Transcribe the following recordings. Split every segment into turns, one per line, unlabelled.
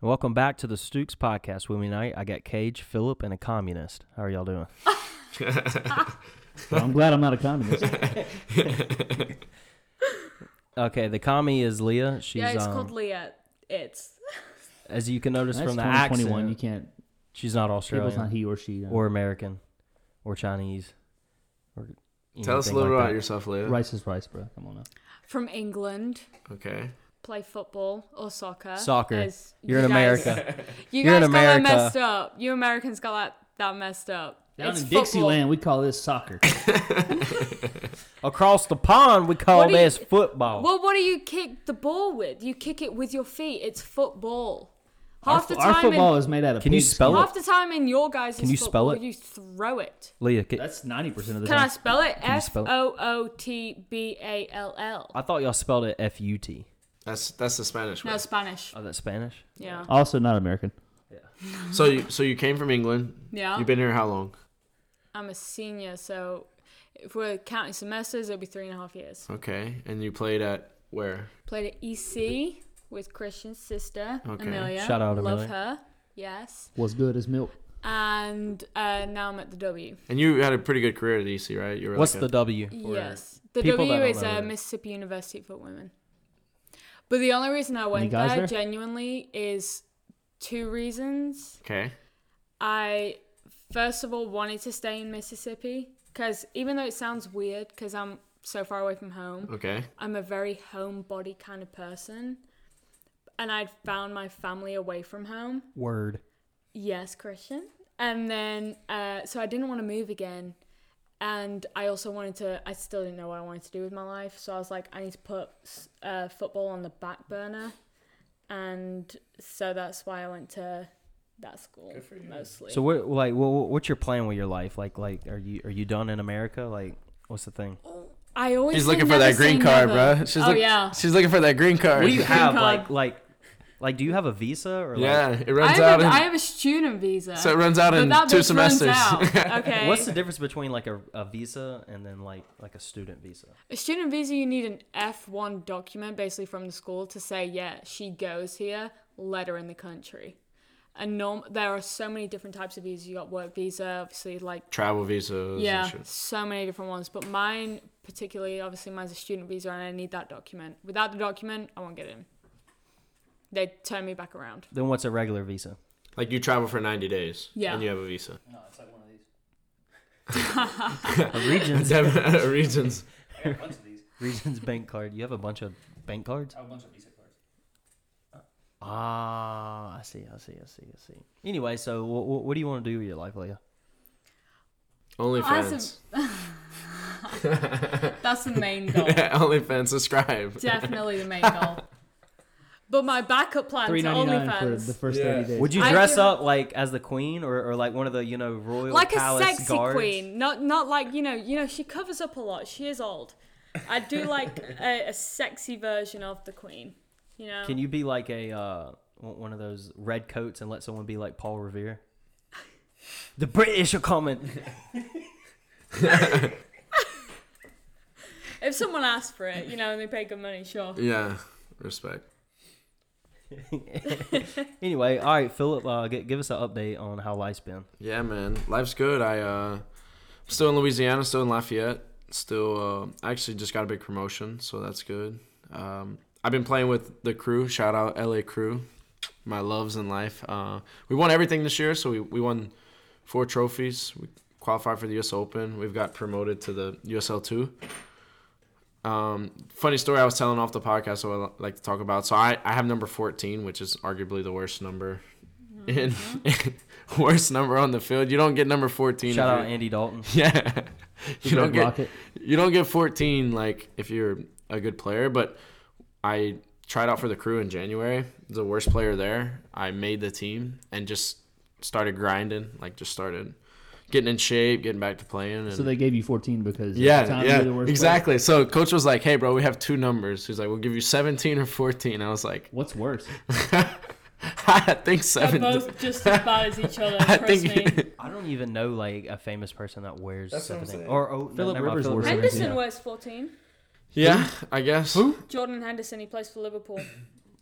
And welcome back to the Stooks podcast. With me tonight, I got Cage, Philip, and a communist. How are y'all doing?
Well, I'm glad I'm not a communist.
Okay, the commie is Leah. She's
yeah, it's
um,
called Leah. It's
as you can notice
That's
from the
2021. You
accent,
can't.
she's not Australian
People's not he or she. uh,
or American or Chinese. Or, you
Tell
know,
us a
thing
little
like
about
that.
yourself, Leah.
rice is rice, bro. Come on now.
from England.
Okay.
Play football or soccer.
Soccer.
as
You're
you
in
guys-
America.
You
You're
guys
in
got
America.
that messed up. You Americans got that, that messed up.
Down
it's
in
football.
Dixieland, we call this soccer.
Across the pond, we call
What do you-
this football.
Well, what do you kick the ball with? You kick it with your feet. It's football.
our,
Half the
fo- our
time,
football
in,
is made out of.
Can you
pigskin.
spell it?
half the time in your guys'
Can you spell
football,
it?
You throw it.
Leah, ca-
That's ninety percent of the
Can I
time.
spell it?
you
F
spell it?
O O T B A L L.
I thought y'all spelled it F U T.
That's that's the Spanish
No
way.
Spanish.
Oh, that's Spanish.
Yeah.
Also, not American.
So you so you came from England.
Yeah.
You've been here how long?
I'm a senior, so if we're counting semesters, it'll be three and a half years.
Okay. And you played at where?
Played at EC with Christian's sister,
Okay.
Amelia.
Shout out,
Love
Amelia.
her. Yes.
Was good as milk.
And uh, now I'm at the W.
And you had a pretty good career at EC, right? You were
What's
like
the
a-
W?
Yes. The
people that
W
don't
is
know
uh,
that.
Mississippi University for Women. But the only reason I went
guys there?
there, genuinely is two reasons.
okay.
I first of all wanted to stay in Mississippi because even though it sounds weird because I'm so far away from home,
Okay.
I'm a very homebody kind of person. And I'd found my family away from home.
Word.
Yes, Christian. And then, uh, so I didn't want to move again. And I also wanted to, I still didn't know what I wanted to do with my life. So I was like, I need to put uh, football on the back burner. And so that's why I went to that school mostly.
So what? Like, what, what's your plan with your life? Like, like, are you are you done in America? Like, what's the thing?
I always
She's
say
looking for
never
that green
say
card,
never.
bro. She's
oh,
look-
yeah.
She's looking for that green card.
What do you have?
card.
Like, like, like, do you have a visa or like?
yeah, it
I
runs
have,
out.
a,
In,
I have a student visa.
so it runs out
but
in
that
two
bitch runs
semesters.
out, okay.
What's the difference between like a, a visa and then like like a student visa?
A student visa, you need an F1 document basically from the school to say, yeah, she goes here, let her in the country. And norm- there are so many different types of visas. You got work visa, obviously, like,
Travel visas.
yeah,
And shit.
so many different ones. But mine, particularly, obviously, mine's a student visa and I need that document. Without the document, I won't get in. They turn me back around.
Then what's a regular visa?
Like you travel for ninety days.
Yeah.
And you have a visa.
No, it's like one of these.
A Regions
Reasons.
I got a bunch of these.
Regions bank card. You have a bunch of bank cards.
I have a bunch of Visa cards.
Ah, I see, I see, I see, I see. Anyway, so what, what, what do you want to do with your life, Leah?
Only fans.
Awesome. That's the main goal.
Only fans. Subscribe.
Definitely the main goal. But my backup plan to
Three ninety nine for the
OnlyFans.
first
Yeah.
thirty days.
Would you
I
dress
do-
up like as the queen or, or like one of the you know royal
like a
palace
sexy
guards?
queen, not not like you know you know she covers up a lot. She is old. I do like a, a sexy version of the queen. You know,
Can you be like a uh, one one of those red coats and let someone be like Paul Revere? the British are coming.
if someone asks for it, you know, and they pay good money, sure.
Yeah. Respect.
anyway, all right, Philip, uh, g- give us an update on how life's been.
Yeah, man. Life's good. I uh I'm still in Louisiana, still in Lafayette. Still uh I actually just got a big promotion, so that's good. Um I've been playing with the crew. Shout out LA crew. My loves in life. Uh we won everything this year, so we, we won four trophies. We qualified for the US Open. We've got promoted to the USL two. Um, funny story I was telling off the podcast, so I like to talk about. So I, I have number fourteen, which is arguably the worst number in
Mm-hmm.
worst number on the field. You don't get number fourteen. if
Shout out
you're-
Andy Dalton.
Yeah, you
Red
don't get
Rocket.
you don't get fourteen like if you're a good player. But I tried out for the crew in January. The worst player there. I made the team and just started grinding. Like just started getting in shape, getting back to playing. And
So they gave you fourteen because at the
yeah,
time you
yeah,
were the worst player.
exactly. So coach was like, "Hey, bro, we have two numbers." He's like, "We'll give you 17 or 14." I was like,
What's worse?
"I think 17."
just as bad as each other.
I think
I don't even know like a famous person that wears
That's what I'm
17.
saying.
Or oh,
Philip
never mind,
Rivers
Philip
wore
Rivers.
Henderson
Yeah.
wears 14.
yeah, I guess.
Jordan Henderson, he plays for Liverpool.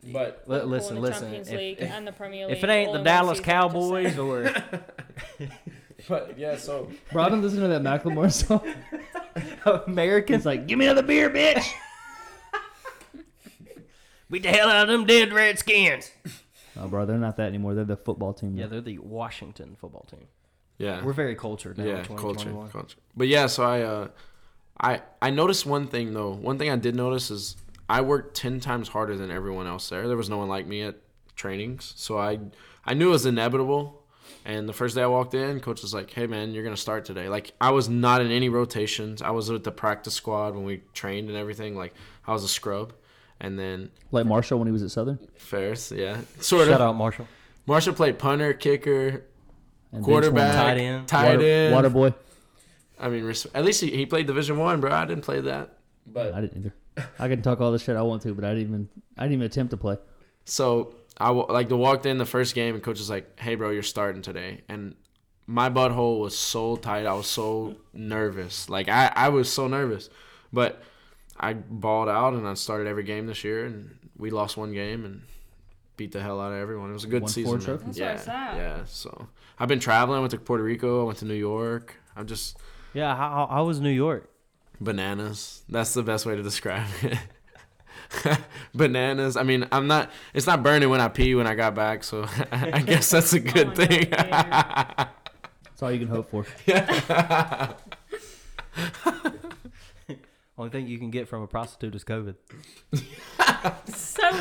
But
Li-
Liverpool
listen,
in the
listen.
Champions
if-
League
if-
and the Premier League.
if it ain't
all
the
in one
Dallas
season, I'm just
Cowboys
saying.
or
but yeah, so
Bro, I've been listening to that Macklemore song.
Americans,
It's like, give me another beer, bitch.
beat the hell out of them dead Redskins.
Oh, bro, they're not that anymore. They're the football team.
Yeah,
Yeah,
they're the Washington football team.
yeah,
We're very cultured now.
yeah,
Yeah,
culture, culture. But yeah, so I, uh, I, I noticed one thing though. One thing I did notice is I worked ten times harder than everyone else there. There was no one like me at trainings, so I, I knew it was inevitable. And the first day I walked in, coach was like, "Hey man, you're gonna start today." Like I was not in any rotations. I was with the practice squad when we trained and everything. Like I was a scrub. And then
like Marshall when he was at Southern.
Ferris, yeah, sort of.
Shout out Marshall.
Marshall played punter, kicker,
And bench
quarterback,
Tight end.
warmer.
tight
Water,
end.
water boy.
I mean, res- at least he, he played Division One, bro. I didn't play that,
I
but
didn't either. I can talk all the shit I want to, but I didn't even. I didn't even attempt to play.
so I w- like the walked in the first game, and coach was like, "Hey, bro, you're starting today," and my butthole was so tight. I was so nervous. Like I, I was so nervous, but I balled out and I started every game this year, and we lost one game and beat the hell out of everyone. It was a good
Won four
season. man.
trophies.
That's what I
yeah,
said.
yeah. So I've been traveling. I went to Puerto Rico. I went to New York. I'm just
Yeah, how, how was New York?
bananas that's the best way to describe it bananas i mean i'm not it's not burning when i pee when i got back so i guess that's a good
Oh my God,
thing
That's all you can hope for.
Only thing you can get from a prostitute is COVID.
So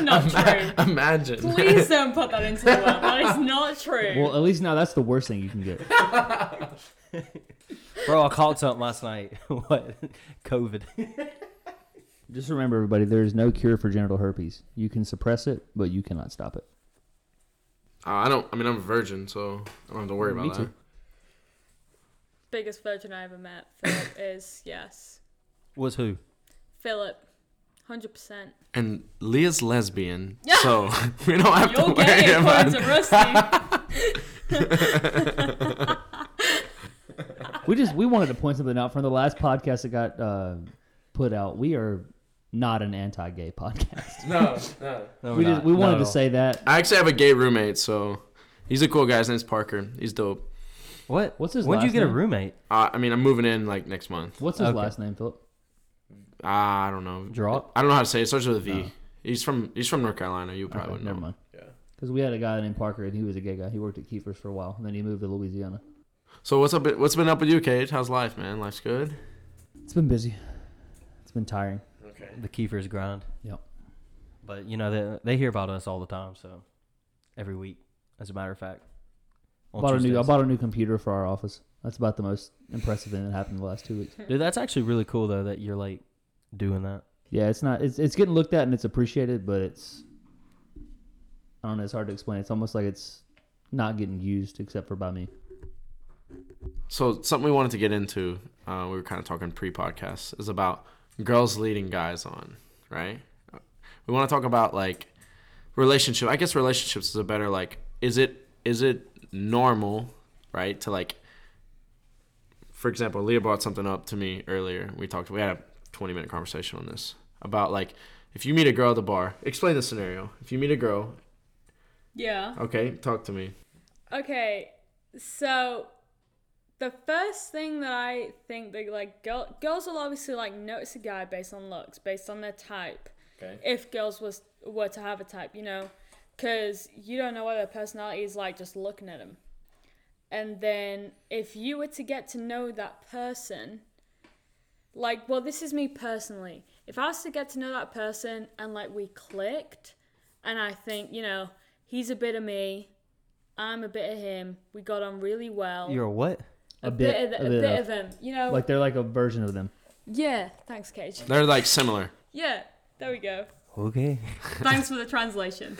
not true.
imagine
Please don't put that into the world. That is not true.
Well, at least now that's the worst thing you can get.
Bro, I caught something last night. what? COVID.
Just remember, everybody, there is no cure for genital herpes. You can suppress it, but you cannot stop it.
Uh, i don't i mean i'm a virgin so i don't have to worry about
Me
that
too.
Biggest virgin I ever met. Philip is yes.
Was who?
Philip, hundred percent.
and leah's lesbian so we don't have to
You're
worry
gay
about
according to Rusty.
We just we wanted to point something out from the last podcast that got uh, put out. We are not an anti-gay podcast.
no no
No,
we
we're
just,
not.
we
Not
wanted
at
to
all.
say that.
i actually have a gay roommate so he's a cool guy his name's parker he's dope
What?
What's his
When'd you
last
get a
name?
roommate?
uh, i mean i'm moving in like next month
What's his
Okay.
last name, Philip?
uh, i don't know
Gerard?
I don't know how to say it. it starts with a V. He's from he's from North Carolina. You probably
Okay,
wouldn't
never
know.
mind.
Yeah.
Because we had a guy named Parker, and he was a gay guy. He worked at Kiefer's for a while, and then he moved to Louisiana.
So what's up? What's been up with you, Cage? How's life, man? Life's good.
It's been busy. It's been tiring.
Okay.
The Kiefer's grind.
Yep.
But, you know, they, they hear about us all the time, so every week, as a matter of fact. On
Bought a new, I
Tuesdays.
bought a new computer for our office. That's about the most impressive thing that happened the last two weeks.
Dude, that's actually really cool, though, that you're, like, doing that.
Yeah, it's not. It's it's getting looked at and it's appreciated, but it's. I don't know. It's hard to explain. It's almost like it's not getting used except for by me.
So something we wanted to get into, uh, we were kind of talking pre-podcast, is about girls leading guys on, right? We want to talk about like relationship. I guess relationships is a better like. Is it is it normal, right? To like, for example, Leah brought something up to me earlier. We talked. We had a twenty minute conversation on this about like if you meet a girl at the bar. Explain the scenario. If you meet a girl,
yeah.
okay, talk to me.
Okay, so the first thing that I think that like girl, girls will obviously like notice a guy based on looks, based on their type.
Okay.
If girls was were to have a type, you know, because you don't know what their personality is like just looking at them. And then if you were to get to know that person, like, well, this is me personally. If I was to get to know that person and like we clicked, and I think you know he's a bit of me, I'm a bit of him. We got on really well.
You're a what?
a, bit, of, the, a bit, of, him. You know.
Like they're like a version of them.
yeah. Thanks, Cage.
They're like similar.
Yeah. There we go.
Okay.
Thanks for the translation.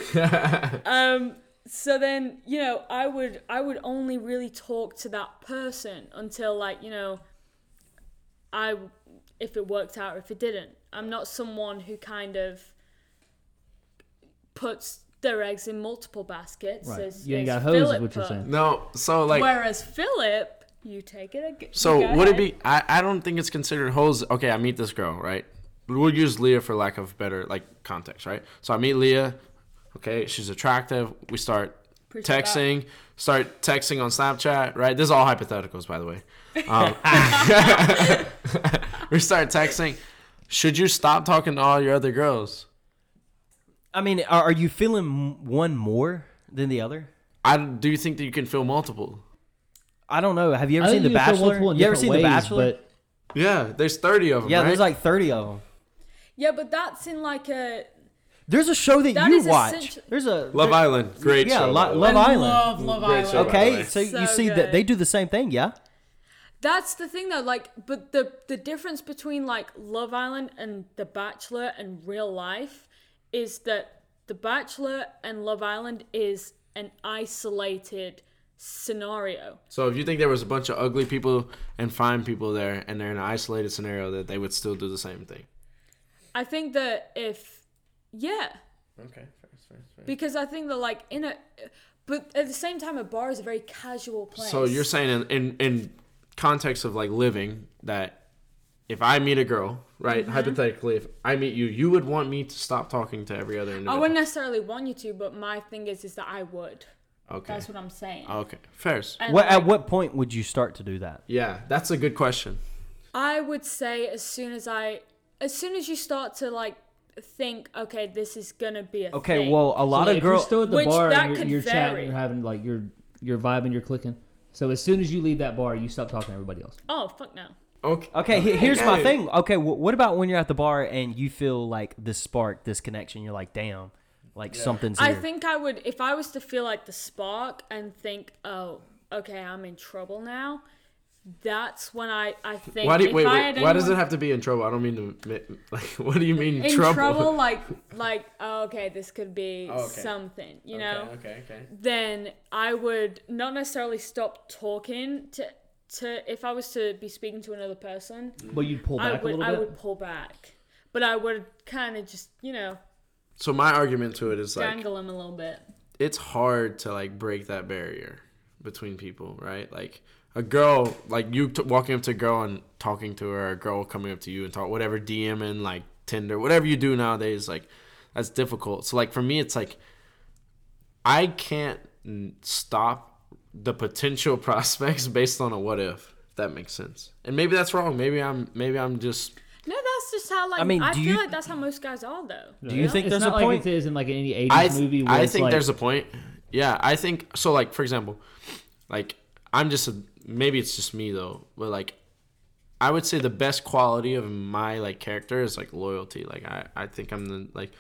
um, so then, you know, I would I would only really talk to that person until like, you know, I if it worked out or if it didn't. I'm not someone who kind of puts their eggs in multiple baskets.
Right.
As,
You ain't
as
got hosed is
Philip
what you're
put.
saying.
No, so like.
Whereas Philip, you take it. ag- you
So
go
would it
ahead.
be? I, I don't think it's considered hoes. Okay, I meet this girl, right? We'll use Leah for lack of better like context, right? So I meet Leah. Okay, she's attractive. We start
Appreciate that.
texting, start texting on Snapchat, right? This is all hypotheticals, by the way. Um, we start texting. Should you stop talking to all your other girls?
I mean, are, are you feeling m- one more than the other?
I do you think that you can feel multiple?
I don't know. Have you ever
I
seen
think
The
you can feel
Bachelor?
multiple in
You ever
different
seen The
ways,
Bachelor?
but
Yeah, there's 30 of them.
Yeah,
right?
there's like 30 of them.
Yeah, but that's in like a
There's a show that,
That
you
is
watch.
essential-
There's a
Love Island, great
Yeah,
show.
Lo-
by the way.
Love
I
Island.
Love Love
Great
Island.
show.
okay, so,
So
you see
good.
that they do the same thing, yeah?
That's the thing though, like, but the the difference between like Love Island and The Bachelor and real life is that The Bachelor and Love Island is an isolated scenario.
So if you think there was a bunch of ugly people and fine people there, and they're in an isolated scenario, that they would still do the same thing.
I think that if yeah,
Okay, fair, fair,
because I think that like in a but at the same time a bar is a very casual place.
So you're saying in, in in context of like living that if I meet a girl, right?
Mm-hmm.
Hypothetically, if I meet you, you would want me to stop talking to every other
I
individual.
wouldn't necessarily want you to, but my thing is is that I would.
okay.
That's what I'm saying.
okay. Fair.
And,
What, at
like,
what point would you start to do that?
Yeah, that's a good question.
I would say as soon as I, as soon as you start to like think, okay, this is gonna be a
Okay,
thing.
uh,
well, a lot
like,
of
if you're
girls.
still at the
Which
bar
that
and you're,
could
you're
vary.
chatting, you're having like you're you're vibing, you're clicking. So as soon as you leave that bar, you stop talking to everybody else.
oh fuck no,
Okay.
Okay, he- here's my
Hey.
thing. Okay, wh- what about when you're at the bar and you feel like this spark, this connection? You're like, damn, like something's
I
here.
think I would if I was to feel like the spark and think, oh, okay, I'm in trouble now. That's when I I think.
Why do you,
if
wait,
I
wait,
had
why does it
anyone
have to be in trouble? I don't mean to. mi- Like, what do you mean
in
trouble?
trouble? like like oh, okay, this could be
Oh, okay.
something, you know.
Okay. Okay.
then I would not necessarily stop talking to to if I was to be speaking to another person.
Mm.
But you'd pull
I
back a
would I
little bit.
would pull back, but I would kind of just you know
So my argument to it is like
dangle him a little bit.
it's hard to like break that barrier between people, right? Like a girl, like you t- walking up to a girl and talking to her, or a girl coming up to you and talk, whatever, DM and like Tinder, whatever you do nowadays, like that's difficult. So like for me, it's like I can't n- stop the potential prospects based on a what if. If that makes sense, and maybe that's wrong. Maybe I'm maybe I'm just
No, that's just how like I,
I mean, do
feel
you-
like that's how most guys are though.
Do you think
it's
there's
not
a
like
point?
it is in like any '80s
I, th-
movie. Where
I
it's
think
like,
there's a point. Yeah, I think so. Like for example, like I'm just a, maybe it's just me though, but like I would say the best quality of my like character is like loyalty. Like I I think I'm the like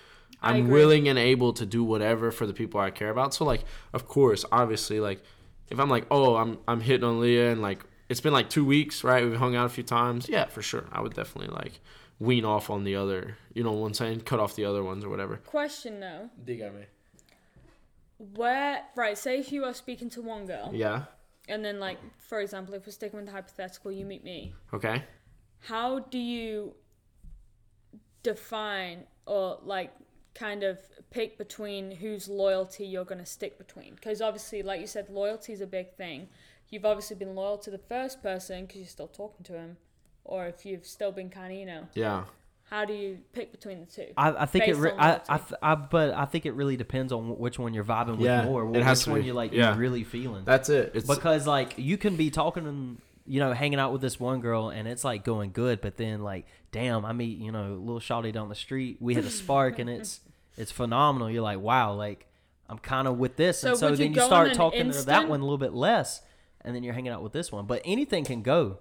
I
I'm
agree.
willing and able to do whatever for the people I care about. So like of course, obviously like if I'm like oh I'm I'm hitting on Leah and like it's been like two weeks right we've hung out a few times yeah for sure I would definitely like wean off on the other you know what I'm saying cut off the other ones or whatever.
Question though,
Dígame.
where right? Say if you are speaking to one girl,
Yeah.
and then like for example, if we're sticking with the hypothetical, you meet me.
Okay.
how do you define or like kind of pick between whose loyalty you're going to stick between because obviously like you said loyalty is a big thing you've obviously been loyal to the first person because you're still talking to him or if you've still been kind of you know
Yeah.
how do you pick between the two
I, I think it.
based
Re-
on
I,
loyalty.
I, th- I, but I think it really depends on wh- which one you're vibing with
Yeah,
more. wh-
it has
which
to
one
be.
you like.
Yeah.
You're really feeling.
That's it. It's
because like you can be talking and you know hanging out with this one girl and it's like going good, but then like damn, I meet you know little shawty down the street. We hit a spark and it's it's phenomenal. You're like wow, like I'm kind of with this,
So
and so
would you
then you
go on
start
an
talking to that
instant?
one a little bit less, and then you're hanging out with this one. But anything can go.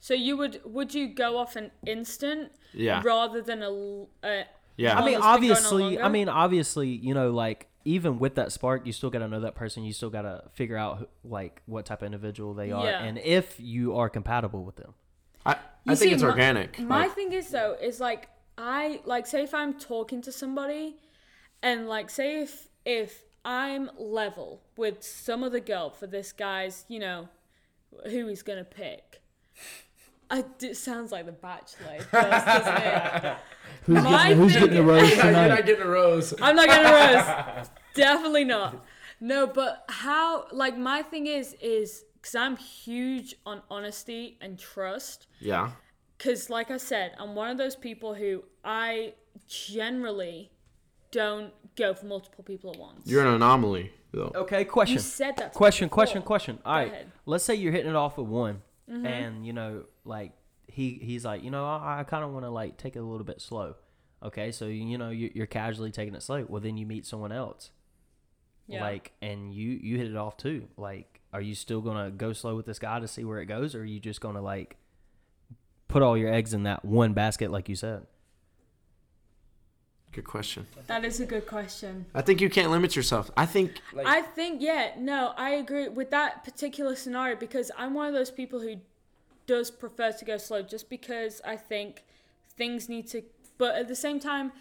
so you would would you go off an instant
Yeah.
rather than a l- a-
yeah.
I mean,
Longest been going on
obviously, I
longer?
mean, obviously, you know, like even with that spark, you still got to know that person. You still got to figure out who- like what type of individual they are
Yeah.
and if you are compatible with them.
I, I
You
think
see,
it's
my-
organic.
My
Like,
thing is though, is like I like say if I'm talking to somebody, and like say if if I'm level with some other girl for this guy's, you know, who he's gonna pick. I, it sounds like The Bachelor. It does, doesn't it?
who's
My
getting, who's
thing-
getting the rose tonight.
getting a rose.
I'm not gonna roast. Definitely not. No, but how? Like my thing is is because I'm huge on honesty and trust.
Yeah.
because like i said i'm one of those people who i generally don't go for multiple people at once.
You're an anomaly, though.
Okay,
you
question.
said that. to me
Question,
before.
question, question. All right.
ahead. Mm-hmm.
Let's say you're hitting it off with one and you know, like he he's like, you know, I, I kind of want to like take it a little bit slow. Okay, so you know you, you're casually taking it slow. Well, then you meet someone else,
Yeah.
like, and you you hit it off too. Like, are you still gonna go slow with this guy to see where it goes, or are you just gonna like put all your eggs in that one basket, like you said?
Good question.
that is a good question.
I think you can't limit yourself. I think
I think yeah, no, I agree with that particular scenario because I'm one of those people who does prefer to go slow just because I think things need to but at the same time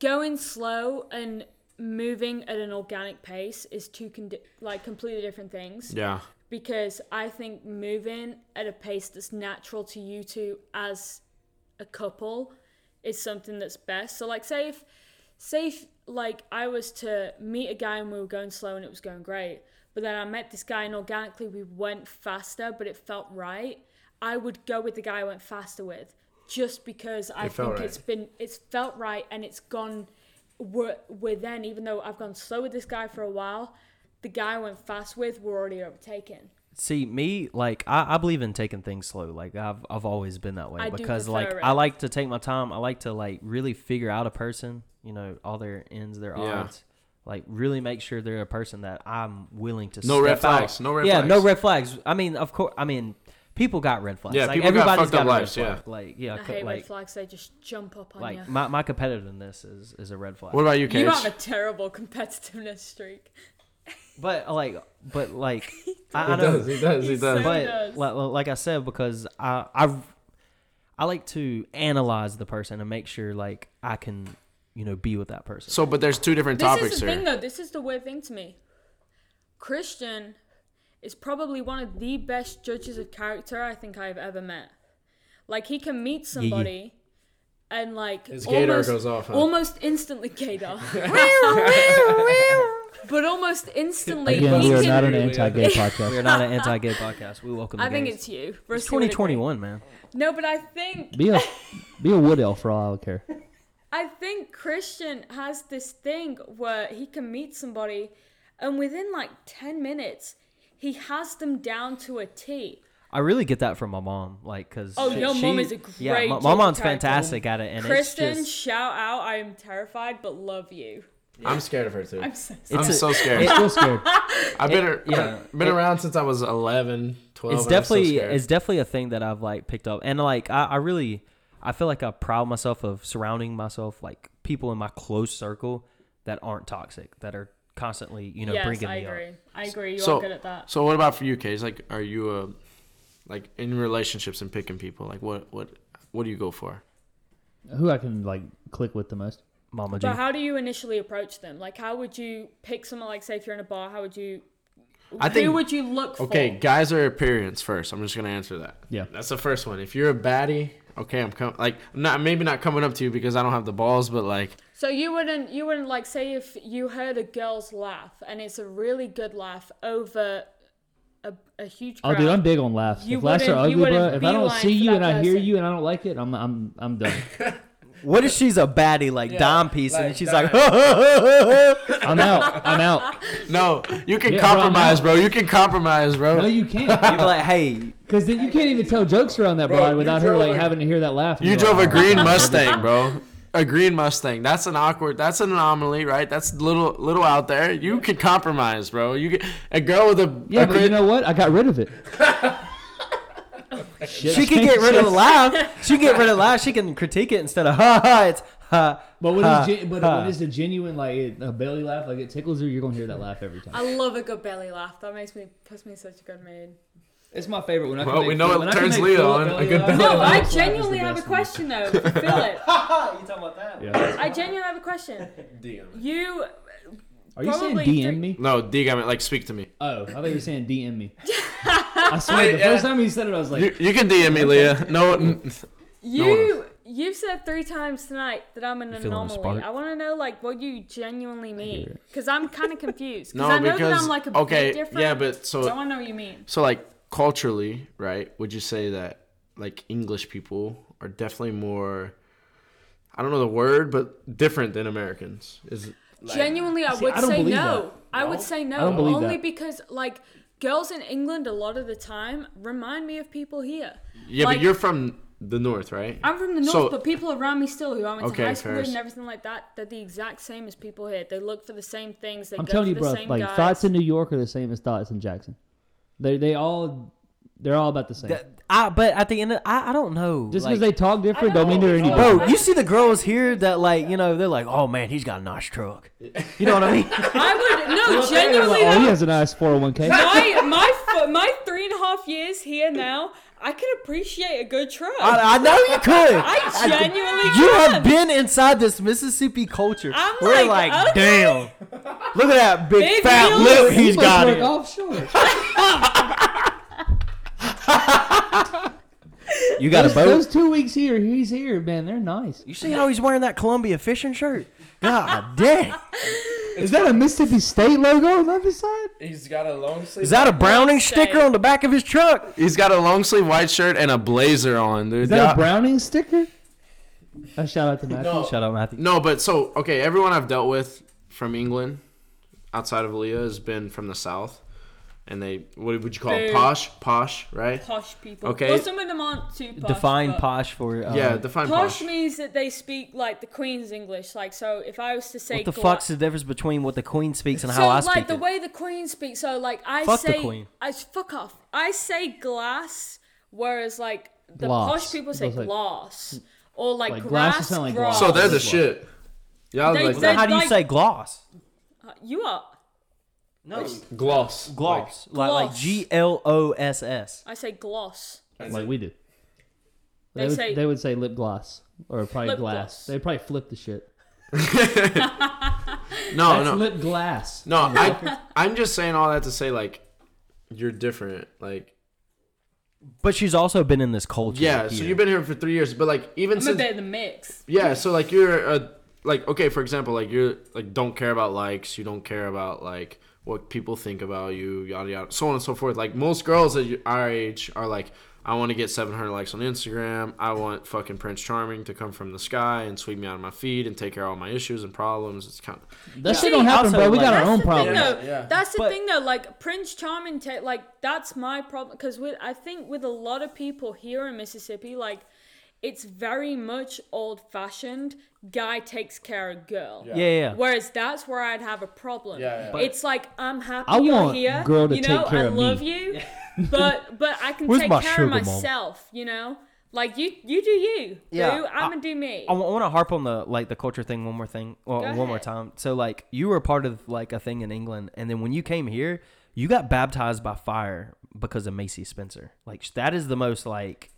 going slow and moving at an organic pace is two condi- like completely different things
yeah.
because I think moving at a pace that's natural to you two as a couple is something that's best. So like say if say if like I was to meet a guy and we were going slow and it was going great, but then I met this guy and organically we went faster, but it felt right. I would go with the guy I went faster with just because I
It felt
think
right.
it's been it's felt right and it's gone we're, we're then even though I've gone slow with this guy for a while, the guy I went fast with were already overtaken.
See me, like I, I believe in taking things slow. Like I've I've always been that way
I do
because
prefer
like
it.
I like to take my time. I like to like really figure out a person. You know, all their ends, their
Yeah.
odds. Like really make sure they're a person that I'm willing to.
No red
step out.
flags, no red
yeah, no
flags.
red flags. I mean, of course. I mean, people got red flags.
Yeah,
like,
people got
everybody's
fucked up
a red
lives, yeah.
flag. Like yeah,
I hate
like
red flags. They just jump up on
like
you.
my my competitiveness is is a red flag.
What about you, Cage?
you have a terrible competitiveness streak.
But like, but like, I, I
He
know.
does. He does. He
He's
does.
so-
but
does.
like, like I said, because I I I like to analyze the person and make sure like I can you know be with that person.
So, but there's two different
This
topics
is the thing,
here.
though. This is the weird thing to me. Christian is probably one of the best judges of character I think I've ever met. Like he can meet somebody, and like
His gaydar
almost-
goes off, huh?
Almost instantly gator, but almost instantly
Again,
he
we are
can-
not an anti-gay
we
podcast.
are not an anti-gay podcast. We welcome. The
I think
gays.
it's you.
it's
Rusty would agree.
2021, man.
No, but I think
Be a be a wood elf for all I would care.
I think Christian has this thing where he can meet somebody, and within like ten minutes, he has them down to a T.
I really get that from my mom, like because
Oh, your mom is a
yeah.
great
My, my mom's
character.
fantastic at it, and
Kristen,
it's just
shout out! I am terrified, but love you.
I'm scared of her too.
I'm so
it's
I'm
a-
so scared.
I'm still scared.
I've been, ar-
yeah.
been around since I was 11, 12.
it's
and Oh, I'm so
definitely
scared.
it's definitely a thing that I've like picked up, and like I, I really I feel like I proud myself of surrounding myself like people in my close circle that aren't toxic that are constantly you know
yes,
bringing
I
me
agree.
up.
I agree. You're
so,
good at that.
So, what about for you, Cage? Like, are you uh, like in relationships and picking people? Like, what, what, what do you go for?
Who I can like click with the most?
Mama G.
But how do you initially approach them? Like, how would you pick someone? Like, say if you're in a bar, how would you?
I think-
who would you look
Okay,
for?
guys are appearance first. I'm just gonna answer that.
Yeah.
that's the first one. If you're a baddie, okay, I'm coming. Like, I'm not maybe not coming up to you because I don't have the balls, but like,
So you wouldn't you wouldn't like say if you heard a girl's laugh and it's a really good laugh over a, a huge
Oh,
crowd.
dude, I'm big on laughs.
You
if laughs are
wouldn't- you
ugly, bro,
wouldn't
if I don't
beeline
see
for
you
that
and I hear
person.
you and I don't like it, I'm I'm I'm done.
What if she's a baddie like dime piece and she's like,
I'm out. I'm out.
no, you can
Yeah, bro, I'm
compromise, bro, You can compromise, bro.
No, you can't.
like, hey,
Because then you can't even tell jokes around that
Bro,
broad
you
without her
drove
like
a-
having to hear that laugh. and
You
be
drove
like,
a
"Oh,
green
God."
Mustang, bro. A green Mustang. That's an awkward. That's an anomaly, right? That's little, little out there. You could compromise, bro. You could, a girl with a
Yeah,
a
but you
green-
know what? I got rid of it.
she can get rid of the laugh. She can get rid of the laugh. She can critique it instead of ha ha. It's ha.
But when
ha,
it's gen- but
ha."
when it's a genuine like it- a belly laugh, like it tickles her, you're gonna hear that laugh every time.
I love a good belly laugh. That makes me puts me in such a good mood.
It's my favorite when I.
Well, we know it turns Leo on. A good belly
No, I genuinely have a question though, for Philip.
you talking about that?
Yeah.
I genuinely have a question. You
Are you saying
Probably
DM
three-
me?
No, D got me. Like, speak to me.
Oh, I thought you were saying DM me. I swear, the
Yeah.
first time you said it, I was like,
You, you can DM me, Leah. No, n-
you you've said three times tonight that I'm an
feeling a
anomaly.
spark?
I want to know like what you genuinely mean because I'm kind of confused. Because
no,
I know
because
that I'm like a bit
okay,
different.
yeah, but
so I
so
want to know what you mean.
so like culturally, right? Would you say that like English people are definitely more? I don't know the word, but different than Americans. Is
Genuinely, I
See,
would
I don't
say
believe
no.
that.
I would
No?
say no.
I don't believe
only
that.
because like girls in England a lot of the time remind me of people here.
yeah,
Like-
but you're from the north, right?
I'm from the north,
So-
but people around me still who I went
Okay,
to high school with
fair.
and everything like that, they're the exact same as people here. They look for the same things. They
I'm
go
telling
for
you,
the
bro.
same
Like
guys.
thoughts in New York are the same as thoughts in Jackson. They they all they're all about the same.
Th- I but at the end, of, I I don't know.
Just
like-
because they talk different, don't mean
know.
they're any
Oh,
different.
Bro, you see the girls here that like, you know, they're like, oh man, he's got a nice truck. You know what I mean?
I would no,
They're like,
genuinely
oh, he
though,
has a nice 401k.
my my fo- my three and a half years here now, I can appreciate a good truck. I,
I, I know you could.
genuinely
you
can.
have been inside this Mississippi culture.
I'm
We're
like,
like,
okay.
damn. Look at that big,
Big
fat
wheels.
lip he's got.
work
It.
offshore.
You got a boat?
Those two weeks here, he's here, man. They're nice.
You see how he's wearing that Columbia fishing shirt? God dang.
Is that a Mississippi State logo on the other side?
He's got a long sleeve.
Is that a Browning sticker
Shame.
on the back of his truck?
He's got a long sleeve white shirt and a blazer on, dude.
Is that
Yeah.
a Browning sticker? A shout out to Matthew.
Shut up, Matthew.
No, but so okay, everyone I've dealt with from England, outside of Leah, has been from the South, and they what would you call it?
Boo.
posh, posh, right?
posh people.
Okay.
Well, some of them aren't too posh.
Define
but-
posh for. Uh,
yeah,
what
define
Posh
posh.
means that they speak like the Queen's English. Like, so if I was to say
the
gla-
fuck's the difference between what the Queen speaks and
so
how I speak?
like the
it?
way the Queen speaks. So like I
Fuck the
say,
Queen.
I fuck off. I say glass, whereas like the
Glass.
posh people say
Those, like-
glass or like,
Like, glass
grass.
does sound like glass.
grass.
So they're the
Well,
shit. Y'all
they-
like
Well, then
that.
how do you
like-
say gloss?
Uh, you are.
No,
gloss.
gloss. Like like
gloss.
G L O S S.
I say gloss.
like we do. They,
They
would,
say-
they would say lip gloss or probably
Lip
glass.
gloss.
They'd probably flip the shit.
Like- no,
That's
Oh, no,
lip glass.
no. I, I'm just saying all that to say like, you're different. Like,
But she's also been in this culture.
yeah. So
here.
you've been here for three years, but like even
I'm a
since
bit of the mix.
yeah, so like you're a like okay, for example, like you're like don't care about likes, you don't care about like what people think about you, yada yada, so on and so forth. Like most girls at our age are like, I want to get 700 likes on Instagram. I want fucking Prince Charming to come from the sky and sweep me out of my feet and take care of all my issues and problems. It's kind of
That
See,
shit don't happen,
also,
bro. We got
like-
our own
the thing,
problems.
though.
Yeah.
That's the
But-
thing, though. Like Prince Charming, ta- like that's my problem. Because with I think with a lot of people here in Mississippi, like it's very much old-fashioned. Guy takes care of girl.
Yeah, yeah. yeah.
Whereas that's where I'd have a problem.
Yeah, yeah.
But-
it's like I'm happy
I
you're
want
here.
girl to
you know,
take care
I
of me.
love you, but but I can
Where's
take
my
care of
sugar, Mom?
myself. You know, like you you do you.
Yeah,
boo. I'm gonna do me.
I want to harp on the like the culture thing one more thing, well,
Go
one more
ahead.
time. So like you were part of like a thing in England, and then when you came here, you got baptized by fire because of Macy Spencer. Like that is the most like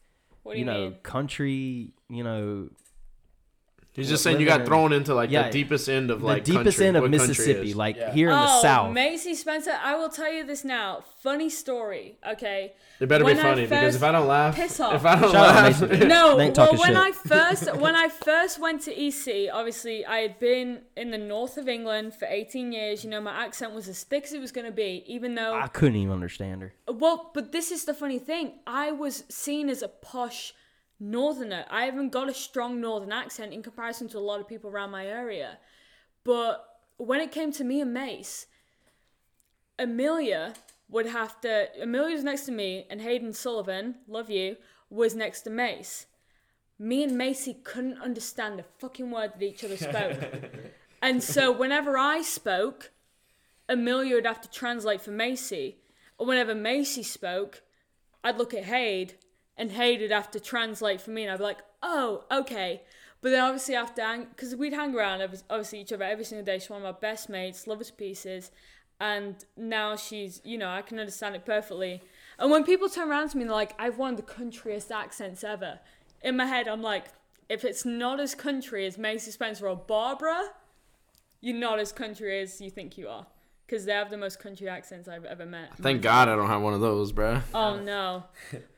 what do
you,
you,
know
mean?
country you know
he's just saying you got
Living-
thrown into like
yeah,
the deepest end of like
the deepest
country,
end of
what country
Mississippi,
is.
like
Yeah.
here in the
oh,
south.
Macy Spencer, I will tell you this now. Funny story, okay?
It better
When
be
I
funny because
first-
if I don't laugh,
Piss off.
if I don't
Shout out
laugh,
Mason.
no,
They ain't
well,
talking
when
shit.
I first when I first went to EC, obviously I had been in the north of England for 18 years. You know, my accent was as thick as it was going to be, even though
I couldn't even understand her.
well, but this is the funny thing. I was seen as a posh northerner. I haven't got a strong northern accent in comparison to a lot of people around my area. But when it came to me and Mace, Amelia would have to. Amelia was next to me, and Hayden Sullivan, love you, was next to Mace. Me and Macy couldn't understand a fucking word that each other spoke. and so whenever I spoke, Amelia would have to translate for Macy. And whenever Macy spoke, I'd look at Hayd, and Hayd would have to translate for me, and I'd be like, oh, okay. But then obviously after, because we'd hang around every, obviously each other every single day. She's one of my best mates, lovers pieces, and now she's, you know, I can understand it perfectly. And when people turn around to me, and they're like, I've one of the countryest accents ever. In my head, I'm like, if it's not as country as Macy Spencer or Barbara, you're not as country as you think you are. Because they have the most country accents I've ever met.
Thank God I don't have one of those, bruh.
Oh no.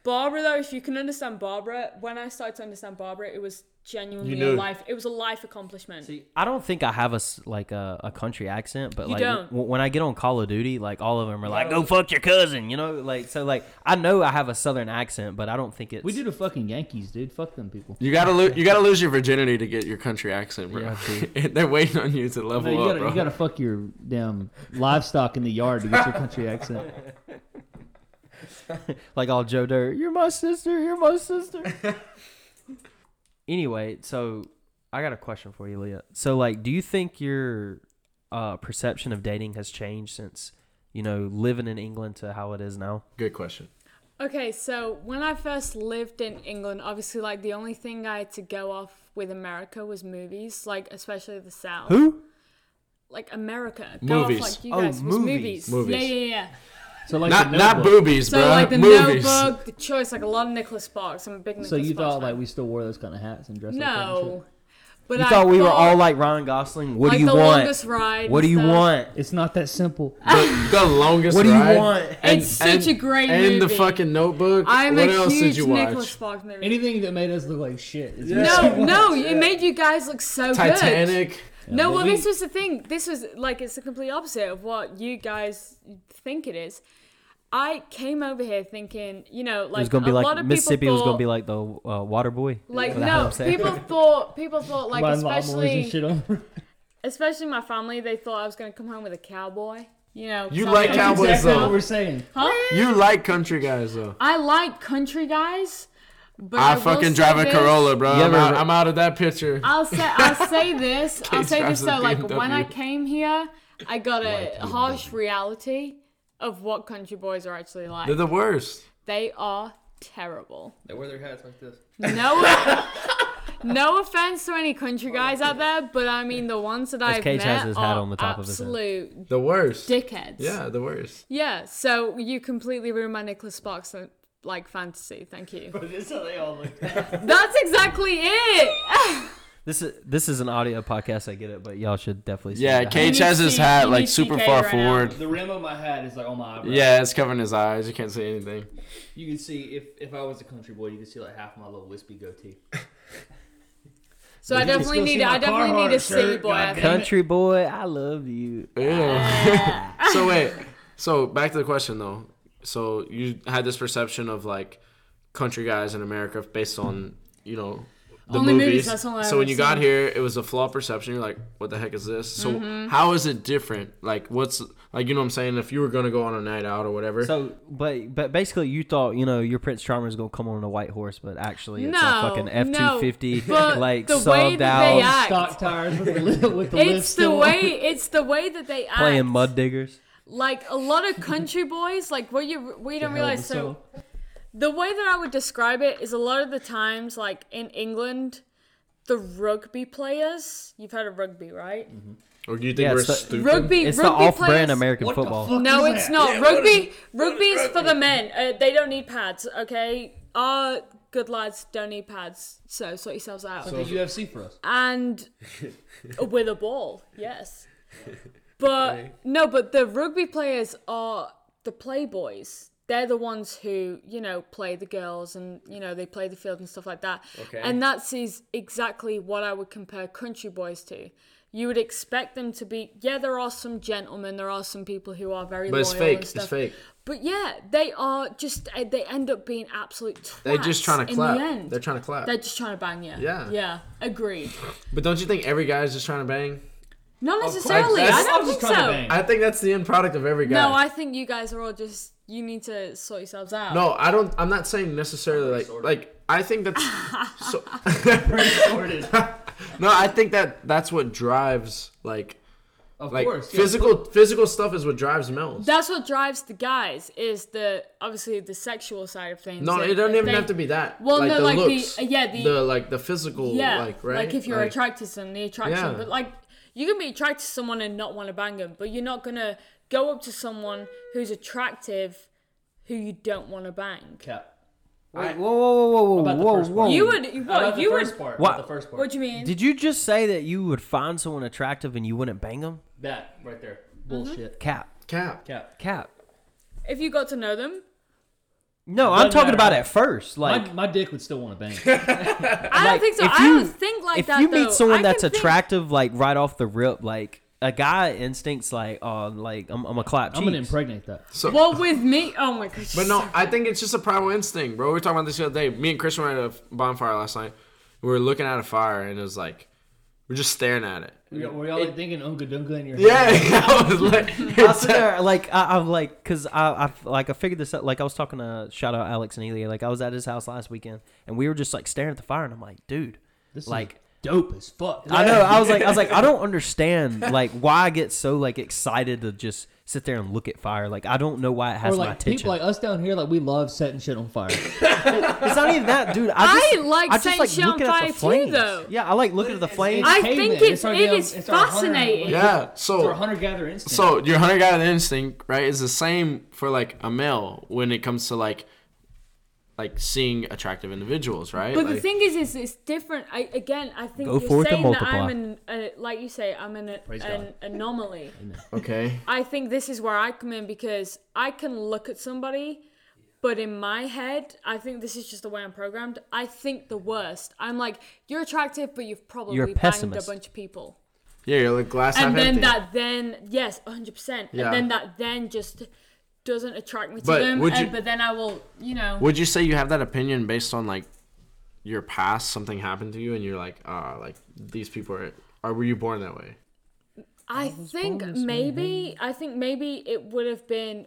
Barbara though, if you can understand Barbara, when I started to understand Barbara, it was genuinely
knew.
a life. It was a life accomplishment.
See, I don't think I have a s- like a, a country accent, but
You
like
don't.
w- when I get on Call of Duty, like all of them are like, "Go fuck your cousin," you know, like so like I know I have a southern accent, but I don't think it's
We do the fucking Yankees, dude. Fuck them people.
You gotta lo- you gotta lose your virginity to get your country accent, bro.
Yeah,
They're waiting on you to
No,
level
you,
up,
gotta,
bro.
you gotta fuck your damn livestock in the yard to get your country accent.
like all Joe Dirt. You're my sister. You're my sister. anyway, so I got a question for you, Leah. So like, do you think your uh, perception of dating has changed since you know living in England to how it is now?
Good question.
Okay, so when I first lived in England, obviously, like the only thing I had to go off with America was movies, like especially the South.
Who?
Like America,
Movies.
Go off, like you
Oh,
guys was
movies.
movies.
Movies.
Yeah, yeah, yeah.
So like
Not
the
not
notebook.
boobies,
So
bro.
like the
movies.
Notebook, the Choice, like a lot of Nicholas Sparks. I'm a big Nicholas
So you
Sparks
thought like
fan.
we still wore those kind of hats and dressed up? and shit?
no, but
You
I
thought we were all like Ryan Gosling. What
like
do you
the
want?
longest ride.
What
and
do you
stuff.
want?
It's not that simple.
The, the longest.
What do you
ride.
want?
It's such a great
and the
movie.
fucking Notebook.
I'm
what
a
else
huge
did you watch?
Nicholas Sparks movie.
Anything that made us look like shit. Is
no, no, it made you guys look so good.
Titanic.
No,
but
well,
we-
this was the thing. This was like it's the complete opposite of what you guys think it is. I came over here thinking, you know,
it
like
was gonna be
a lot
like
of
Mississippi
people
was
thought,
gonna be like the uh, Water Boy.
like
Is that what
no,
I'm saying?
people thought people thought like
Buying lawnmowers and
especially
shit on.
especially my family, they thought I was gonna come home with a cowboy. You know,
You
so
like
I-
cowboys,
exactly
though.
what we're saying.
Huh?
You like country guys though.
I like country guys, but
I
will
fucking
say
drive a
this.
Corolla, bro.
You
I'm,
ever-
out, I'm out of that picture.
I'll say I'll say this. I'll say
drives
this
a
though. Like when I
BMW.
came here, I got a harsh reality of what country boys are actually
They're
like.
the worst.
They are terrible.
They wear their hats like this.
No, no offense to any country guys out there, but I mean the ones that I've
Cage
met
has his hat
are
on the top of his head.
absolute
The worst.
dickheads.
Yeah, the worst.
Yeah. So you completely ruined my Nicholas Sparks uh, like fantasy. Thank you.
That's how they all look.
That's exactly it.
This is this is an audio podcast. I get it, but y'all should definitely. see
Yeah,
that.
Cage
need
has his
C-
hat
you
like
need
super
CK
far
right now.
forward.
The rim of my hat is like on my eyebrow.
Yeah, it's covering his eyes. You can't see anything.
You can see if if I was a country boy, you could see like half my little wispy goatee.
So I
You can
definitely
still see
need.
my
I definitely need a
Carhartt
city
shirt,
boy. I
goddamn.
think.
Country boy, I love you.
Yeah. so wait. So back to the question though. So you had this perception of like country guys in America based on you know the
Only
movies.
movies, that's all I
so when
ever
you got
seen.
here, it was a flawed perception. You're like, what the heck is this? So
Mm-hmm.
how is it different? Like what's like you know what I'm saying? If you were gonna go on a night out or whatever.
So, but but basically, you thought you know your Prince Charming is gonna come on a white horse, but actually, it's a
No,
fucking F two
no,
fifty
but
like
the way
subbed
that they
out,
act-
Stock tires with the lip, with the lips
It's the
still
way. It's the way that they act.
playing mud diggers.
Like a lot of country boys. Like what you what you don't
on.
realize. So the way that I would describe it is a lot of the times, like in England, the rugby players. You've heard of rugby, right?
or do you think
Yeah,
we're
it's the-
stupid?
Rugby.
It's the
rugby
off-brand
players-
American
What the
football.
fuck?
No,
is
it's
that?
not. rugby. Rugby is for the men. Uh, they don't need pads. Okay. Our good lads don't need pads. So sort yourselves out.
the UFC for us.
and with a ball, yes. But no, but the rugby players are the playboys. They're the ones who you know play the girls and you know they play the field and stuff like that.
Okay.
And that is exactly what I would compare country boys to. You would expect them to be yeah. There are some gentlemen. There are some people who are very
But
loyal
it's fake.
and
It's
stuff.
fake.
But yeah, they are just uh, they end up being absolute. Twats
They're just trying to
in
clap.
The end.
They're trying to clap.
They're just trying to bang you.
Yeah.
Yeah. Agreed.
but don't you think every guy's just trying to bang?
Not necessarily.
That's-
I
I'm
don't
just
think
trying to
so.
bang.
I think that's the end product of every guy.
No, I think you guys are all just. You need to sort yourselves out.
No, I don't. I'm not saying necessarily like like I think that's so.
Sorted.
no, I think that that's what drives like
Of
like
course. yeah.
physical physical stuff is what drives males.
That's what drives the guys is the obviously the sexual side of things.
no,
and
it doesn't even
they-
have to be that.
Well,
like
no,
the
like the-
looks,
uh, yeah, the-
like the physical,
Yeah,
like right,
if you're attracted to them, the attraction.
Yeah.
But like, you can be attracted to someone and not want to bang them, but you're not gonna go up to someone who's attractive, who you don't want to bang.
Cap.
Wait, whoa, whoa, whoa, whoa,
about the
whoa,
first
Oh.
whoa!
one?
You would.
How about
What
the
you
first
would?
part?
What-
What? The first part.
What do you mean?
Did you just say that you would find someone attractive and you wouldn't bang them?
That right there. Bullshit.
Cap,
cap.
Cap.
cap.
if you got to know them,
No, I'm
Doesn't
talking
matter.
about at first. Like,
my, my dick would still want to bang.
I don't
Like,
think so.
if
I
you-
don't think like
if
that.
you
though.
meet someone
I
that's
can think-
attractive, like right off the rip, like a guy instincts, like, oh, like I'm, I'm a clap.
I'm gonna
cheeks.
impregnate that.
So,
Well, with me, oh my gosh.
But no, I think it's just a primal instinct, bro. We were talking about this the other day. Me and Christian were at a bonfire last night. We were looking at a fire, and it was like we're just staring at it.
Were y'all, like thinking Unka Dunka in your
Yeah, I was like,
I was there, like I, I'm like, cause I, I, like I figured this out. Like I was talking to shout out Alex and Elia. Like I was at his house last weekend, and we were just like staring at the fire, and I'm like, dude,
This
like.
is dope as fuck.
I know. I was like, I was like, I don't understand like why I get so like excited to just sit there and look at fire. Like I don't know why it
Or
has my
like
attention.
people like us down here, like we love setting shit on fire.
it's not even that, dude. I,
I
just,
like
I just
setting
like
shit on
looking at
fire
the
too,
flames.
though.
Yeah, I like looking at the flames.
I think
caveman.
it's-
our
it
damn-
is
our hunter-
fascinating.
yeah.
It's our
So,
hunter gatherer instinct.
so your hunter gatherer instinct, right, is the same for like a male when it comes to like, like seeing attractive individuals, right?
But
like,
the thing is, is it's different. I again, I think
Go
you're
forth and
saying that I'm an,
multiply.
uh, like you say, I'm an,
Praise
an anomaly.
okay,
I think this is where I come in because I can look at somebody, but in my head, I think this is just the way I'm programmed. I think the worst. I'm like, you're attractive, but you've probably
You're a
banged a
pessimist.
bunch of people.
yeah, you're like glass half
and then
empty.
that then yes 100%
Yeah.
and then that then just doesn't attract me to
But
them
would
and,
you-
but then i will you know
Would you say you have that opinion based on like your past? Something happened to you, and you're like, ah, like these people are. Or were you born that way?
i think maybe i think maybe it would have been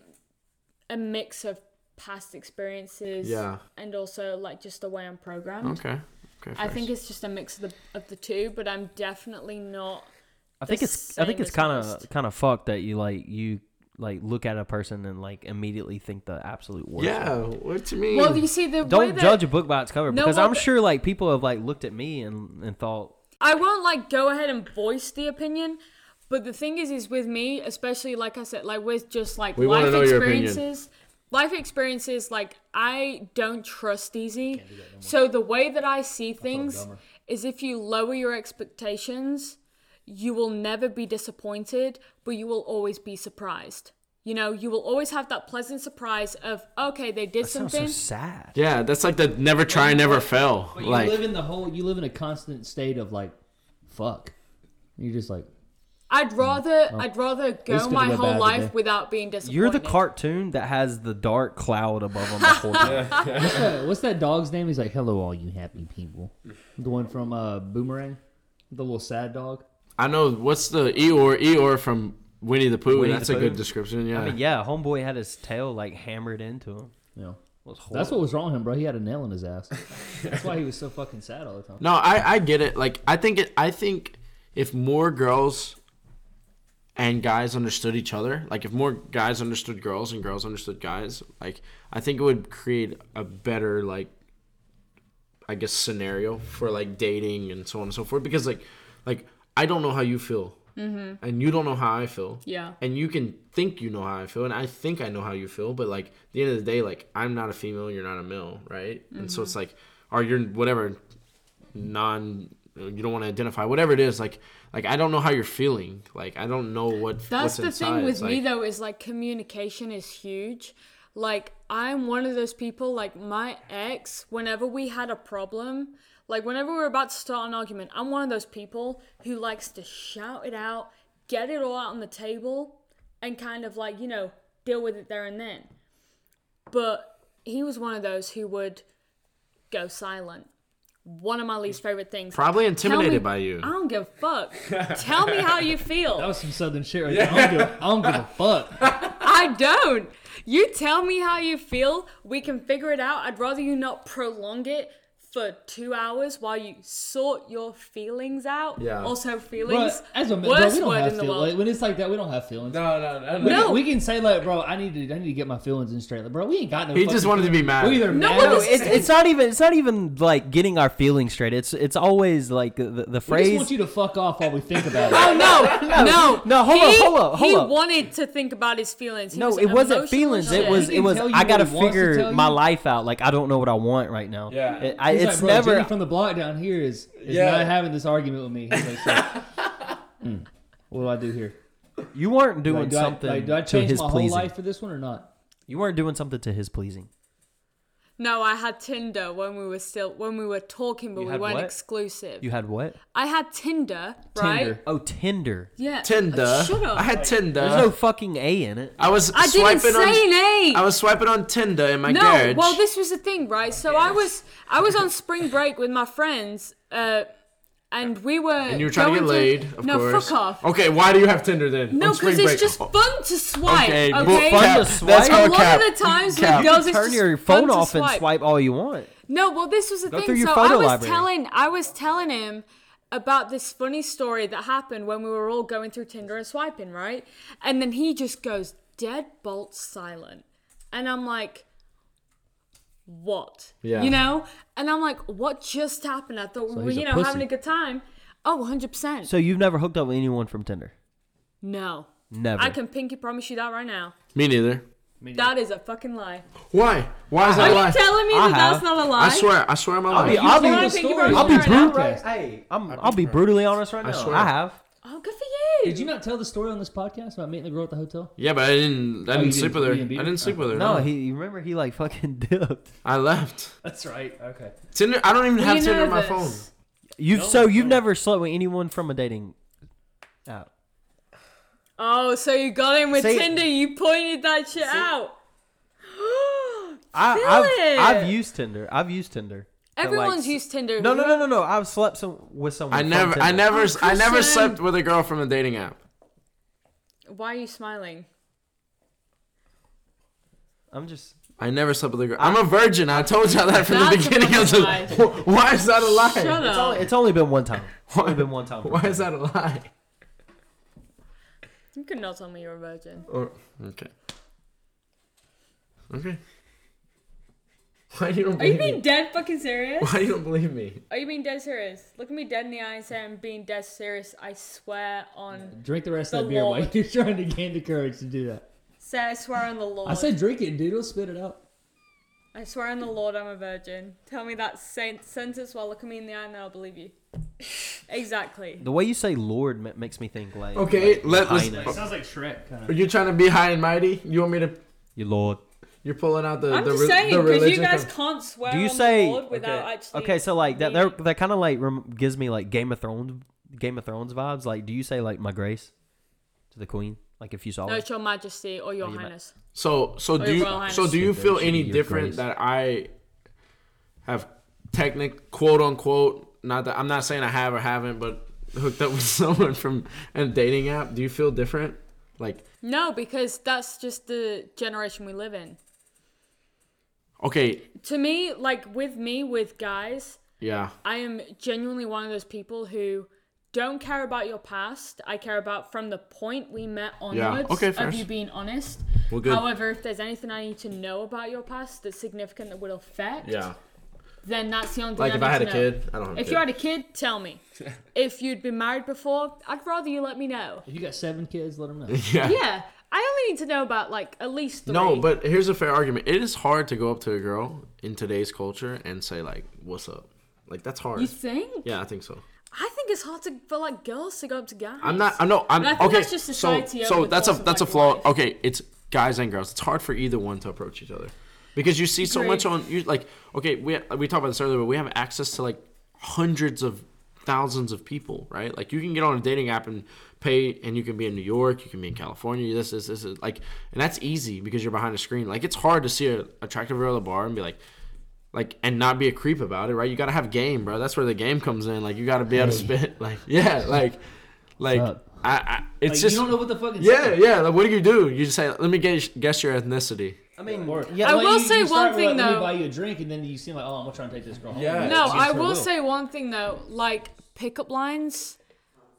a mix of past experiences
Yeah.
and also like just the way i'm programmed
Okay. Okay.
i
fair.
think it's just a mix of the of the two but i'm definitely not
I think
the
it's I think
same
it's
as
kind of
most.
kind of fucked that you like you like look at a person and like immediately think the absolute worst.
Yeah. What do you mean?
well you see the way
Don't
that
judge a book by its cover
No,
because
well,
I'm
the-
sure like people have like looked at me and and thought
I won't like go ahead and voice the opinion, but the thing is, is with me, especially like I said, like with just like
We wanna
life
know your opinion.
experiences, life experiences, like I don't trust easy. So the way that I see things
dumber.
is if you lower your expectations, you will never be disappointed, but you will always be surprised. You know, you will always have that pleasant surprise of okay, they did
sounds so
something.
sad.
Yeah, that's like the never try, never fail.
But you
Like,
live in the whole. You live in a constant state of like, fuck. You're just like,
I'd rather, I'd rather
least
go
it
my
went bad
whole life
today.
without being disappointed.
You're the cartoon that has the dark cloud above them the whole time.
"Hey, "Uh, what's that dog's name? He's like, hello, all you happy people. The one from uh, Boomerang, the little sad dog.
I know what's the Eeyore Eeyore from Winnie the Pooh.
Winnie the
that's a good
Pooh.
description. Yeah.
I mean, yeah, homeboy had his tail like hammered into him.
You know,
It was horrible.
that's what was wrong with him, bro. He had a nail in his ass. That's why he was so fucking sad all the time.
No, I I get it. Like, I think it. I think if more girls and guys understood each other, like if more guys understood girls and girls understood guys, like I think it would create a better like I guess scenario for like dating and so on and so forth because like like I don't know how you feel mm-hmm. and you don't know how I feel
Yeah.
and you can think you know how I feel and I think I know how you feel but like at the end of the day like I'm not a female you're not a male right and so it's like or you're whatever non you don't want to identify whatever it is like like I don't know how you're feeling like I don't know what
That's
what's
the
inside.
thing with
It's
me
like-
though is like communication is huge. Like I'm one of those people like my ex whenever we had a problem, like whenever we were about to start an argument, I'm one of those people who likes to shout it out, get it all out on the table and kind of like, you know, deal with it there and then. But he was one of those who would go silent. One of my least favorite things.
probably
Tell me-
intimidated by you
I don't give a fuck. Tell me how you feel.
That was some southern shit right there. I don't give a, I don't give a fuck.
I don't. You tell me how you feel. We can figure it out. I'd rather you not prolong it for two hours while you sort your feelings out.
Yeah.
Also, feelings.
But as a man, bro,
worst
we don't
word
have
in the
feelings.
world.
Like, when it's like that, we don't have feelings.
no no
We,
No.
we can say like, bro, I need to, I need to get my feelings in straight. Like, bro, we ain't got no.
he just
fucking
wanted to be mad
We either
No,
mad
but
or-
No, it's, it's not even it's not even like getting our feelings straight. It's it's always like the, the
We just
phrase.
want you to fuck off while we think about it.
Oh no, no,
No, hold
he,
up, hold up, hold
he
up.
wanted to think about his feelings. He
no,
was
it wasn't
emotional
feelings.
shit.
It was
He
it
can
was
tell you
I gotta
what he wants to
figure
tell
my
you.
life out. Like I don't know what I want right now.
Yeah.
It- I,
He's
it's
like, bro,
never.
Jenny from the block down here is, is
Yeah.
not having this argument with me. He's like, so, "Hmm, what do I do here?
you weren't doing
Like, do, I,
something
like, do I
to
change
his
my whole
pleasing.
life for this one or not?
You weren't doing something to his pleasing.
No, I had Tinder when we were still when we were talking, but
You
we
had
weren't
what?
exclusive.
You had what?
I had Tinder,
Uh,
right?
Tinder.
Oh, Tinder.
Yeah.
Tinder.
Uh, Shut up.
I had Tinder.
uh,
There's no fucking A in it.
I was
I
swiping
didn't say
on.
an A.
I was swiping on Tinder in my
no,
garage.
well, this was the thing, right? So I was I was on spring break with my friends, uh, and we were. And
you were trying to get laid, of
no,
course.
fuck off.
Okay, why do you have Tinder then?
No,
On spring
because it's
break.
just
Oh,
fun to swipe. Okay,
well,
fun
cap.
to
That's
swipe.
a
Oh,
called
lot
cap.
of the times
Cap.
with girls, it's
Turn
just
your
fun
phone
to
off and
swipe.
swipe all you want.
No, well, this was the
Go through
thing.
your
So I
photo
was
library.
telling, I was telling him about this funny story that happened when we were all going through Tinder and swiping, right? And then he just goes deadbolt silent, and I'm like, "What?
Yeah.
You know?" And I'm like, "What just happened? I thought we were,
he's
you
a
know, having
pussy.
a good time." Oh, 100 percent.
So you've never hooked up with anyone from Tinder?
no,
Never.
I can pinky promise you that right now.
Me neither.
That is a fucking lie.
Why? Why is
Are
that a lie?
you telling me
I
that
have.
that's not a lie?
I swear. I swear on my life.
be- I'll be-
You wanna
the
pinky
story.
promise
I'll
me
be
right now?
brutal. Right.
Hey, I'm, I'll be brutally honest right now.
swear.
I have.
Oh, good for you.
Did you not tell the story on this podcast about meeting the girl at the hotel?
yeah, but I didn't. I
you
didn't sleep
didn't-
with her.
you didn't beat
I
her?
didn't sleep with her.
No, he. You remember he like fucking dipped.
I left.
That's right. Okay.
Tinder. I don't even
Were
have
you
Tinder on my
nervous?
phone.
You've so you've never slept with anyone from a dating app.
Oh, so you got in with
See-
Tinder? You pointed that shit out.
I, I've,
Philip!
I've used Tinder. I've used Tinder. to, like,
Everyone's
s-
used Tinder.
No, no, no, no, no. I've slept some, with someone.
I
from
never. I
Tinder.
never. I never
Oh, Christian.
slept with a girl from a dating app.
Why are you smiling?
I'm just.
I never slept with a girl. I'm a virgin. I told y'all that from the
That's a
beginning. I was like,
fucking
"Wh- why is that a lie?
Shut up.
It's only, it's only been one time. It's only been one time.
Why is that a lie?
You could not tell me you're a virgin.
Or okay. Okay. Why do you don't
Are you
believe me?
being dead fucking serious?
Why you don't believe me?
Are you being dead serious? Look at me dead in the eye and say I'm being dead serious. I swear on.
Drink the rest
The
of that beer while
Lord.
you're trying to gain the courage to do that.
Say I swear on the Lord.
I said drink it, dude. Don't spit it out.
I swear on the Lord I'm a virgin. Tell me that sen- sentence while looking me in the eye and I'll believe you. exactly.
The way you say "Lord" ma- makes me think like.
Okay,
like,
let- let's-
highness.
Sounds like Shrek, kind
Are you trying to be high and mighty? You want me to?
Your Lord.
You're pulling out the
I'm
the,
just
re-
saying
the
because you
religion.
guys
com-
can't swear
Do you
on
say-
the Lord without actually.
Okay, so like that,
meaning
they're, that kind of like rem- gives me like Game of Thrones, Game of Thrones vibes. Like, do you say like "My Grace" to the Queen? Like, if you saw
No,
her?
it's Your Majesty or
Oh,
Your
Your Ma-
Highness.
so so
Oh,
do
your
you,
Royal Highness.
so do you
Your
feel
grace,
any
your
different
grace.
that I have technic quote unquote not that I'm not saying I have or haven't, but hooked up with someone from a dating app? Do you feel different? Like
No, because that's just the generation we live in.
okay,
To me, like with me, with guys,
yeah,
I am genuinely one of those people who don't care about your past. I care about from the point we met onwards
Okay, fair.
of you being honest.
Well, good.
However, if there's anything I need to know about your past that's significant that would affect,
yeah.
then that's the only thing
Like
I
if
need
I had
to
a
know.
kid, I don't have.
If
a
you
kid.
had a kid, tell me. if you'd been married before, I'd rather you let me know.
If you got seven kids, let them know.
yeah.
Yeah, I only need to know about like at least three.
No, but here's a fair argument. It is hard to go up to a girl in today's culture and say like, "What's up?" Like that's hard.
you think?
yeah, I think so.
I think it's hard to for like girls to go up to guys.
I'm not. I'm no. I'm
And I think
okay.
that's just society
so,
over
so
the
that's a
course of,
that's
like,
a flaw.
life.
Okay, it's guys and girls. It's hard for either one to approach each other because you see so
Agreed.
much on you. Like okay, we we talked about this earlier, but we have access to like hundreds of thousands of people, right? Like you can get on a dating app and pay, and you can be in New York, you can be in California. This is this is like, and that's easy because you're behind a screen. Like it's hard to see a attractive girl at a bar and be like. Like and not be a creep about it, right? You gotta have game, bro. That's where the game comes in. Like you gotta be able to spit. Like yeah, like, like
up?
I, I it's
Like,
just
you don't know what the fuck it's
yeah, yeah. Like, what do you do? You just say, "Let me guess, guess your ethnicity."
I mean,
Or-
yeah,
I
like,
will
you-
say
you start
one
with,
thing,
like, Let
though.
me buy you a drink, and then you seem like, oh, I'm gonna try and take this girl home.
Yeah.
No,
She
I
sure
will say one thing though. Like pickup lines,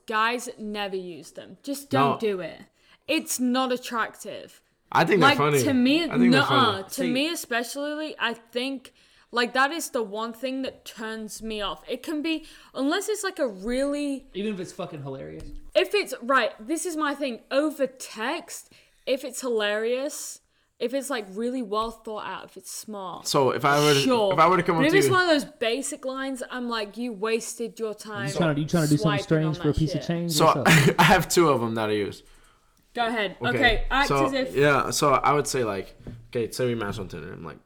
guys never use them. Just
No.
don't do it. It's not attractive.
I think
Like
they're funny.
to me,
I think they're
nuh-uh.
funny.
to me especially, I think like that is the one thing that turns me off. It can be unless it's like a really
even if it's fucking hilarious.
if it's right this is my thing over text if it's hilarious if it's like really well thought out if it's smart
So if I were to,
sure
if I were to come
but
up
if
to
it's
you,
one of those basic lines i'm like you wasted your time
You trying to, you trying to do something
swiping on
strange for a
that
piece
shit.
of change? What's
so
up?
I have two of them that I use.
go ahead okay,
Okay,
act
so,
as if
yeah. So I would say like, okay, say we match on Tinder. I'm like,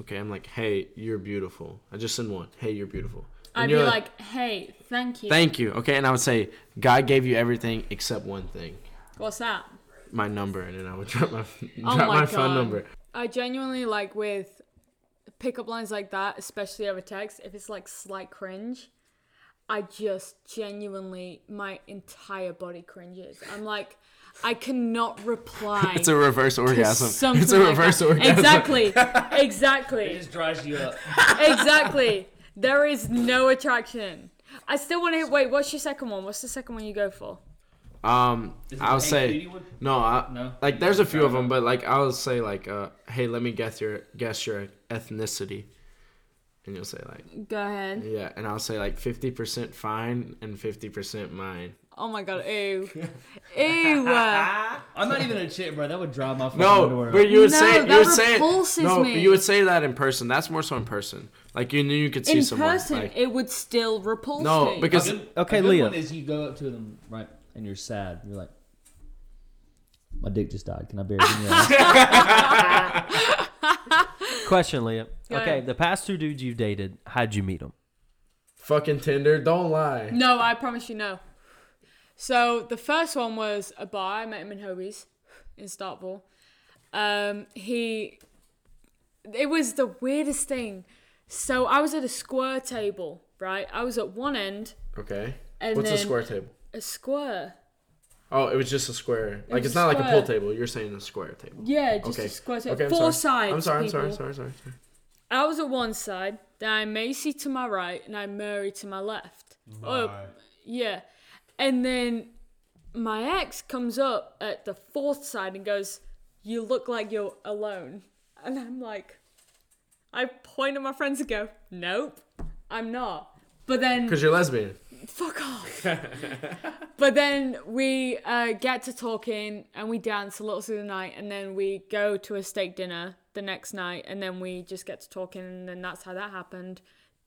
okay, I'm like, hey, you're beautiful. I just send one. Hey, you're beautiful. And
I'd be
you're
like, hey, thank you.
thank you. Okay, and I would say, God gave you everything except one thing,
What's that?
my number, and then I would drop my
Oh
drop my,
my
phone
God.
number.
I genuinely like with pickup lines like that, especially over text, if it's like slight cringe, I just genuinely my entire body cringes. I'm like, I cannot reply.
It's a reverse orgasm.
something
It's a
like
reverse
that.
orgasm.
Exactly. Exactly.
just dries you up.
exactly. There is no attraction. I still want to wait. What's your second one? What's the second one you go for?
Um,
Is it the
I'll
Hey Cutie
say
one?
no. I,
No?
Like, there's a few of them, but like, I'll say like, uh, hey, let me guess your guess your ethnicity, and you'll say like,
Go ahead.
yeah, and I'll say like fifty percent fine and fifty percent mine.
Oh my god. Ew. Ew. uh,
I'm not even a chick, bro. That would drive my phone
No, but you would
No,
say it- you
that
would say it,
repulses
no, but
me.
you would say that in person. That's more so in person. Like you knew you could see
In
someone.
person,
like-
it would still repulse
no,
me.
because
Okay,
a good
Leah.
One is you go up to them right, and you're sad. You're like, my dick just died. Can I bury it in your ass?
Question, Leah.
Go
okay,
ahead.
the past two dudes you've dated, how'd you meet them?
fucking Tinder. Don't lie.
No, I promise you no. So the first one was a bar. I met him in Hobie's in Starkville. Um, he, it was the weirdest thing. So I was at a square table, right? I was at one end,
Okay.
And
What's a
then-
square table?
a square.
Oh, it was just a square. like
was
it's
a
not like a
square.
pool table. You're saying a square table.
Yeah, just
okay.
a square table.
Okay, I'm sorry.
Four sides.
I'm sorry. I'm sorry.
people.
Sorry. Sorry. sorry.
I was at one side, then I Macy to my right, and I Murray to my left. Oh, yeah. And then my ex comes up at the fourth side and goes, You look like you're alone. And I'm like, I point at my friends and go, Nope, I'm not. But then
Because you're lesbian.
fuck off. but then we uh, get to talking and we dance a little through the night, and then we go to a steak dinner the next night, and then we just get to talking, and then that's how that happened.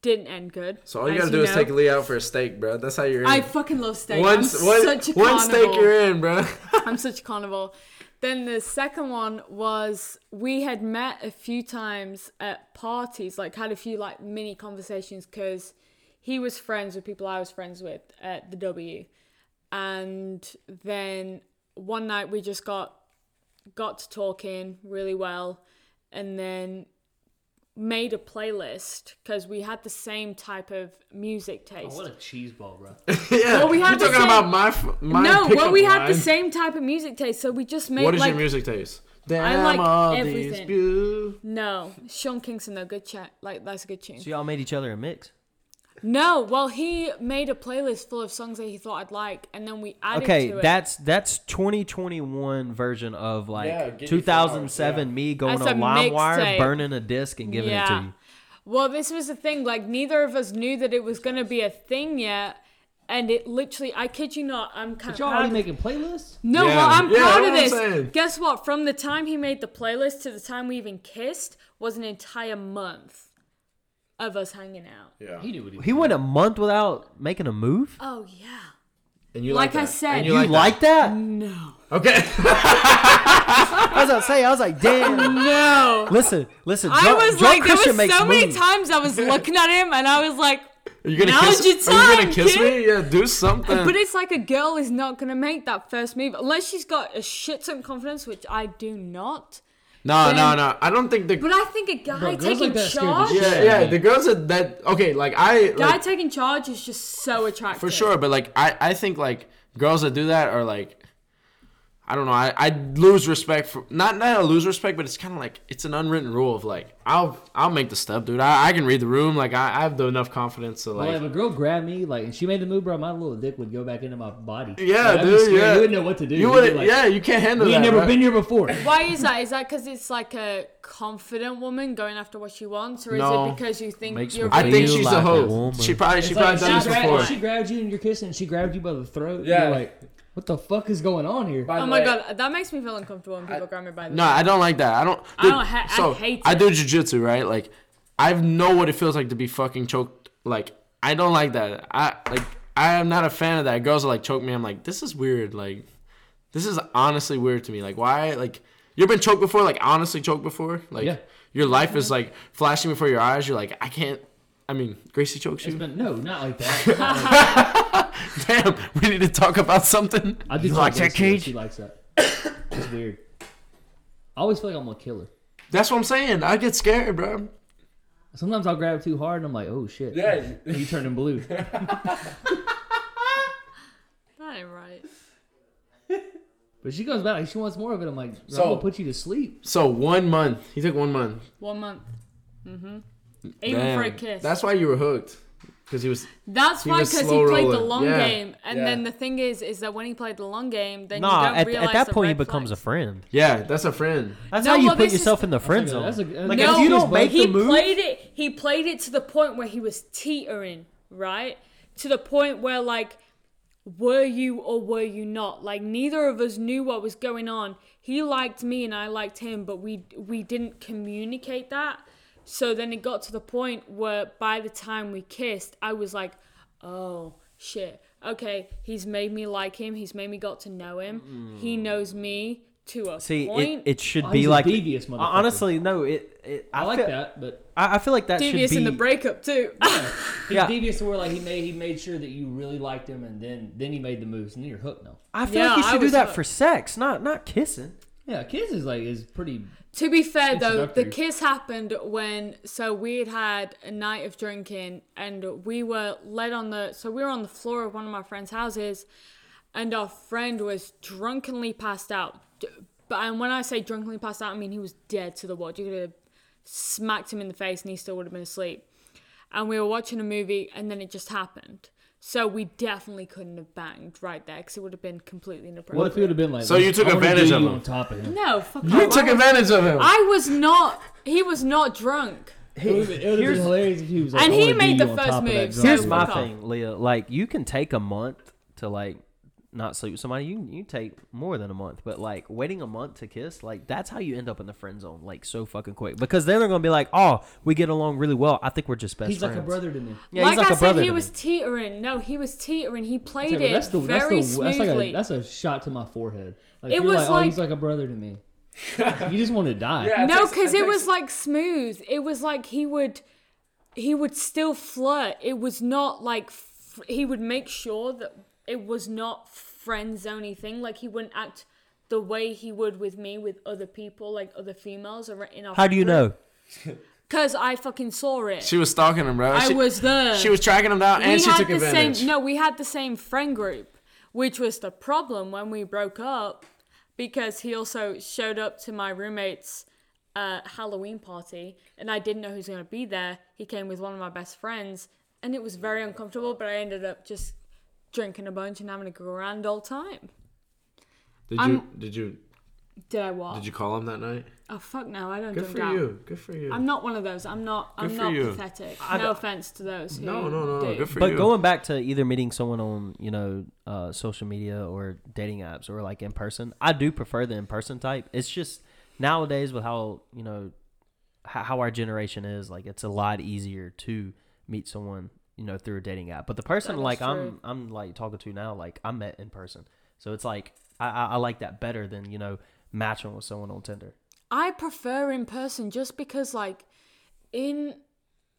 Didn't end good.
So all you
as
gotta do is
know.
take Lee out for a steak, bro. That's how you're in.
I fucking love steak.
Once,
I'm
one,
such a
one steak
carnivore.
you're in, bro.
I'm such a carnival. Then the second one was we had met a few times at parties, like had a few like mini conversations because he was friends with people I was friends with at the W, and then one night we just got got to talking really well, and then made a playlist because we had the same type of music taste.
a cheese ball, bro.
yeah.
Well, we
Oh, you're
had the
talking
same-
about my f- my
no,
pickup
well, we had
line.
the same type of music taste, so we just made
What is
like
your music taste?
I like everything.
beau-
No, Sean Kingston though, good chat. Like that's a good tune.
So y'all made each other a mix.
No, well he made a playlist full of songs that he thought I'd like, and then we added
Okay,
to it.
that's that's 2021 version of like
Yeah, give me
2007
flowers, yeah.
me going
That's
on
a
LimeWire,
mixtape.
burning a disc and giving it to you.
Well, this was the thing. Like neither of us knew that it was gonna be a thing yet, and it literally. I kid you not. I'm
But
kind of
y'all already making playlists?
No,
Yeah.
well, I'm
Yeah,
proud of
that's
this.
what I'm saying.
Guess what? From the time he made the playlist to the time we even kissed was an entire month of us hanging out.
Yeah.
He knew what he was.
He went a month without making a move.
Oh yeah.
And you
Like I
that.
said-
And
You,
you, like,
like that?
No.
that. Okay.
I was about to say, I was like, damn.
No.
Listen, listen.
I
Joe-
was
Joe
like, there
Christian
was
makes
so many
moves.
times I was looking at him and I was like,
Are you gonna
Now's
kiss?
your
are you
time,
gonna kiss
kid.
me? Yeah. Do something.
but it's like a girl is not going to make that first move unless she's got a shit ton of confidence, which I do not.
no, no,
then-
no. I don't think the.
But I think a guy
Bro, girls
taking
like that scare the
charge,
shit
yeah,
Yeah.
yeah. The girls that that okay. Like I.
guy
Like,
taking charge is just so attractive.
for sure, but like I, I think like girls that do that are like. I don't know. I, I lose respect for not not I lose respect, but it's kind of like it's an unwritten rule of like I'll I'll make the stuff, dude. I, I can read the room. Like I, I have the enough confidence to
Well, if
like.
a girl grabbed me, like, and she made the move, bro, my little dick would go back into my body.
Yeah,
Like, I'd be
dude.
scared.
Yeah.
You wouldn't know what to do.
You
You'd be
would.
like,
yeah, you can't handle
We
that.
ain't never
bro.
been here before.
Why is that? Is that because it's like a confident woman going after what she wants, or is
No.
it because you think
Makes
you're?
me
I think
Feel
she's
like
a
a
hoe.
woman.
She probably she
It's
probably
like
done
she
this
she's
gra-
before.
She grabbed you and you're kissing. She grabbed you by the throat. Yeah.
Yeah.
You're like, what the fuck is going on here?
Oh my god, that makes me feel uncomfortable when people grab me by the.
No, I don't like that. I don't.
I
dude,
don't ha- I hate
I
it.
do jujitsu, right? Like, I know what it feels like to be fucking choked. Like, I don't like that. I like. I am not a fan of that. Girls are like choke me. I'm like, this is weird. Like, this is honestly weird to me. Like, why? Like, You ever been choked before? Like honestly choked before? Like
Yeah.
your life is like flashing before your eyes. You're like, I can't. I mean, Gracie chokes
It's
you.
been, no, not like that.
Damn, we need to talk about something.
I do
You like
Gracie,
that, Cage?
She likes that. It's weird. I always feel like I'm gonna kill her.
That's what I'm saying. I get scared, bro.
Sometimes I'll grab too hard and I'm like, oh shit.
Yeah.
You turning blue.
That ain't right.
But she comes back, like, she wants more of it. I'm like, so, I'm
So-
gonna put you to sleep.
So one month. He took one month.
One month. Mm-hmm. Even for a
Damn.
kiss.
That's why you were hooked. Because he was.
That's
He
why,
was
because he
slow
played the
rolling.
long
Yeah.
game, and
Yeah.
then the thing is, is that when he played the long game, then you
Nah,
don't
at,
realize
at that
the
point he
red
becomes a
flags.
friend.
Yeah, that's a friend.
That's
No,
how you
well,
put
this is-
yourself in the friend
That's a
zone.
good- that's a good-
like
No,
if you don't make
he
the move,
played it. He played it to the point where he was teetering, right? To the point where like, were you or were you not? Like neither of us knew what was going on. He liked me and I liked him, but we we didn't communicate that. So then it got to the point where by the time we kissed, I was like, oh shit. Okay, he's made me like him. He's made me got to know him. He knows me to a
Mm. see it,
point.
it should
Oh,
be
he's a
like uh,
devious motherfucker.
honestly no it, it
I like
feel,
that, but
I, I feel like that
Devious
should be
in the breakup too.
he's
Yeah.
devious to where like he made he made sure that you really liked him, and then then he made the moves, and then you're hooked now.
I feel
Yeah,
like you
I
should do
was
that
hooked.
for sex not not kissing
Yeah, kiss is like is pretty.
To be fair though, the
Introductory.
kiss happened when so we had had a night of drinking and we were led on the so we were on the floor of one of my friends' houses, and our friend was drunkenly passed out. D- But and when I say drunkenly passed out, I mean he was dead to the world. You could have smacked him in the face and he still would have been asleep. And we were watching a movie and then it just happened. So we definitely couldn't have banged right there because it would have been completely inappropriate.
What if he would have been like?
So you
"I
took
wanna do
advantage of
you
him.
on top of him.
No, fuck
You
off.
took
I was-
advantage of him.
I was not. He was not drunk.
It would have been
Here's-
hilarious if he was like,
And
"I
he
wanna do
made
you
the
on
first
top of that
move, so-
drunk
here's
woman."
my
Fuck off.
thing Leah like you can take a month to like not sleep with somebody you can- you take more than a month but like waiting a month to kiss like that's how you end up in the friend zone like so fucking quick because then they're gonna be like oh we get along really well I think we're just best
He's
friends
like a brother to me.
yeah
like
he's like
I
a brother
said, he
to
was
me.
teetering. No, he was teetering. He played
It's like,
it
that's the
very
that's the that's like
smoothly.
a that's a shot to my forehead. Like,
It
you're
was
like, oh,
like-
he's like a brother to me. you just want to die.
no, because it was like smooth. It was like he would, he would still flirt. It was not like f- he would make sure that it was not friend zoney thing. Like he wouldn't act the way he would with me with other people, like other females ar- in our.
how do you know
Because I fucking saw it.
She was stalking him, bro.
I
she,
was there.
She was tracking him down, and she took
the
advantage.
same no we had the same friend group which was the problem when we broke up because he also showed up to my roommate's uh, halloween party and i didn't know who was going to be there he came with one of my best friends and it was very uncomfortable but i ended up just drinking a bunch and having a grand old time
Did you?
I'm-
Did you?
did i what
Did you call him that night?
oh fuck no i don't
Good
drink
for
out.
you. Good for you.
i'm not one of those i'm not i'm
Good for
not
you.
pathetic no offense to those who
no, no, no, no.
do.
Good for
but
you.
going back to either meeting someone on you know uh, social media or dating apps or like in person i do prefer the in person type it's just nowadays with how you know how, how our generation is like it's a lot easier to meet someone you know through a dating app but the person
That is
like i'm
true.
i'm like talking to now like i met in person so it's like I, I i like that better than you know matching with someone on tinder
I prefer in person just because like in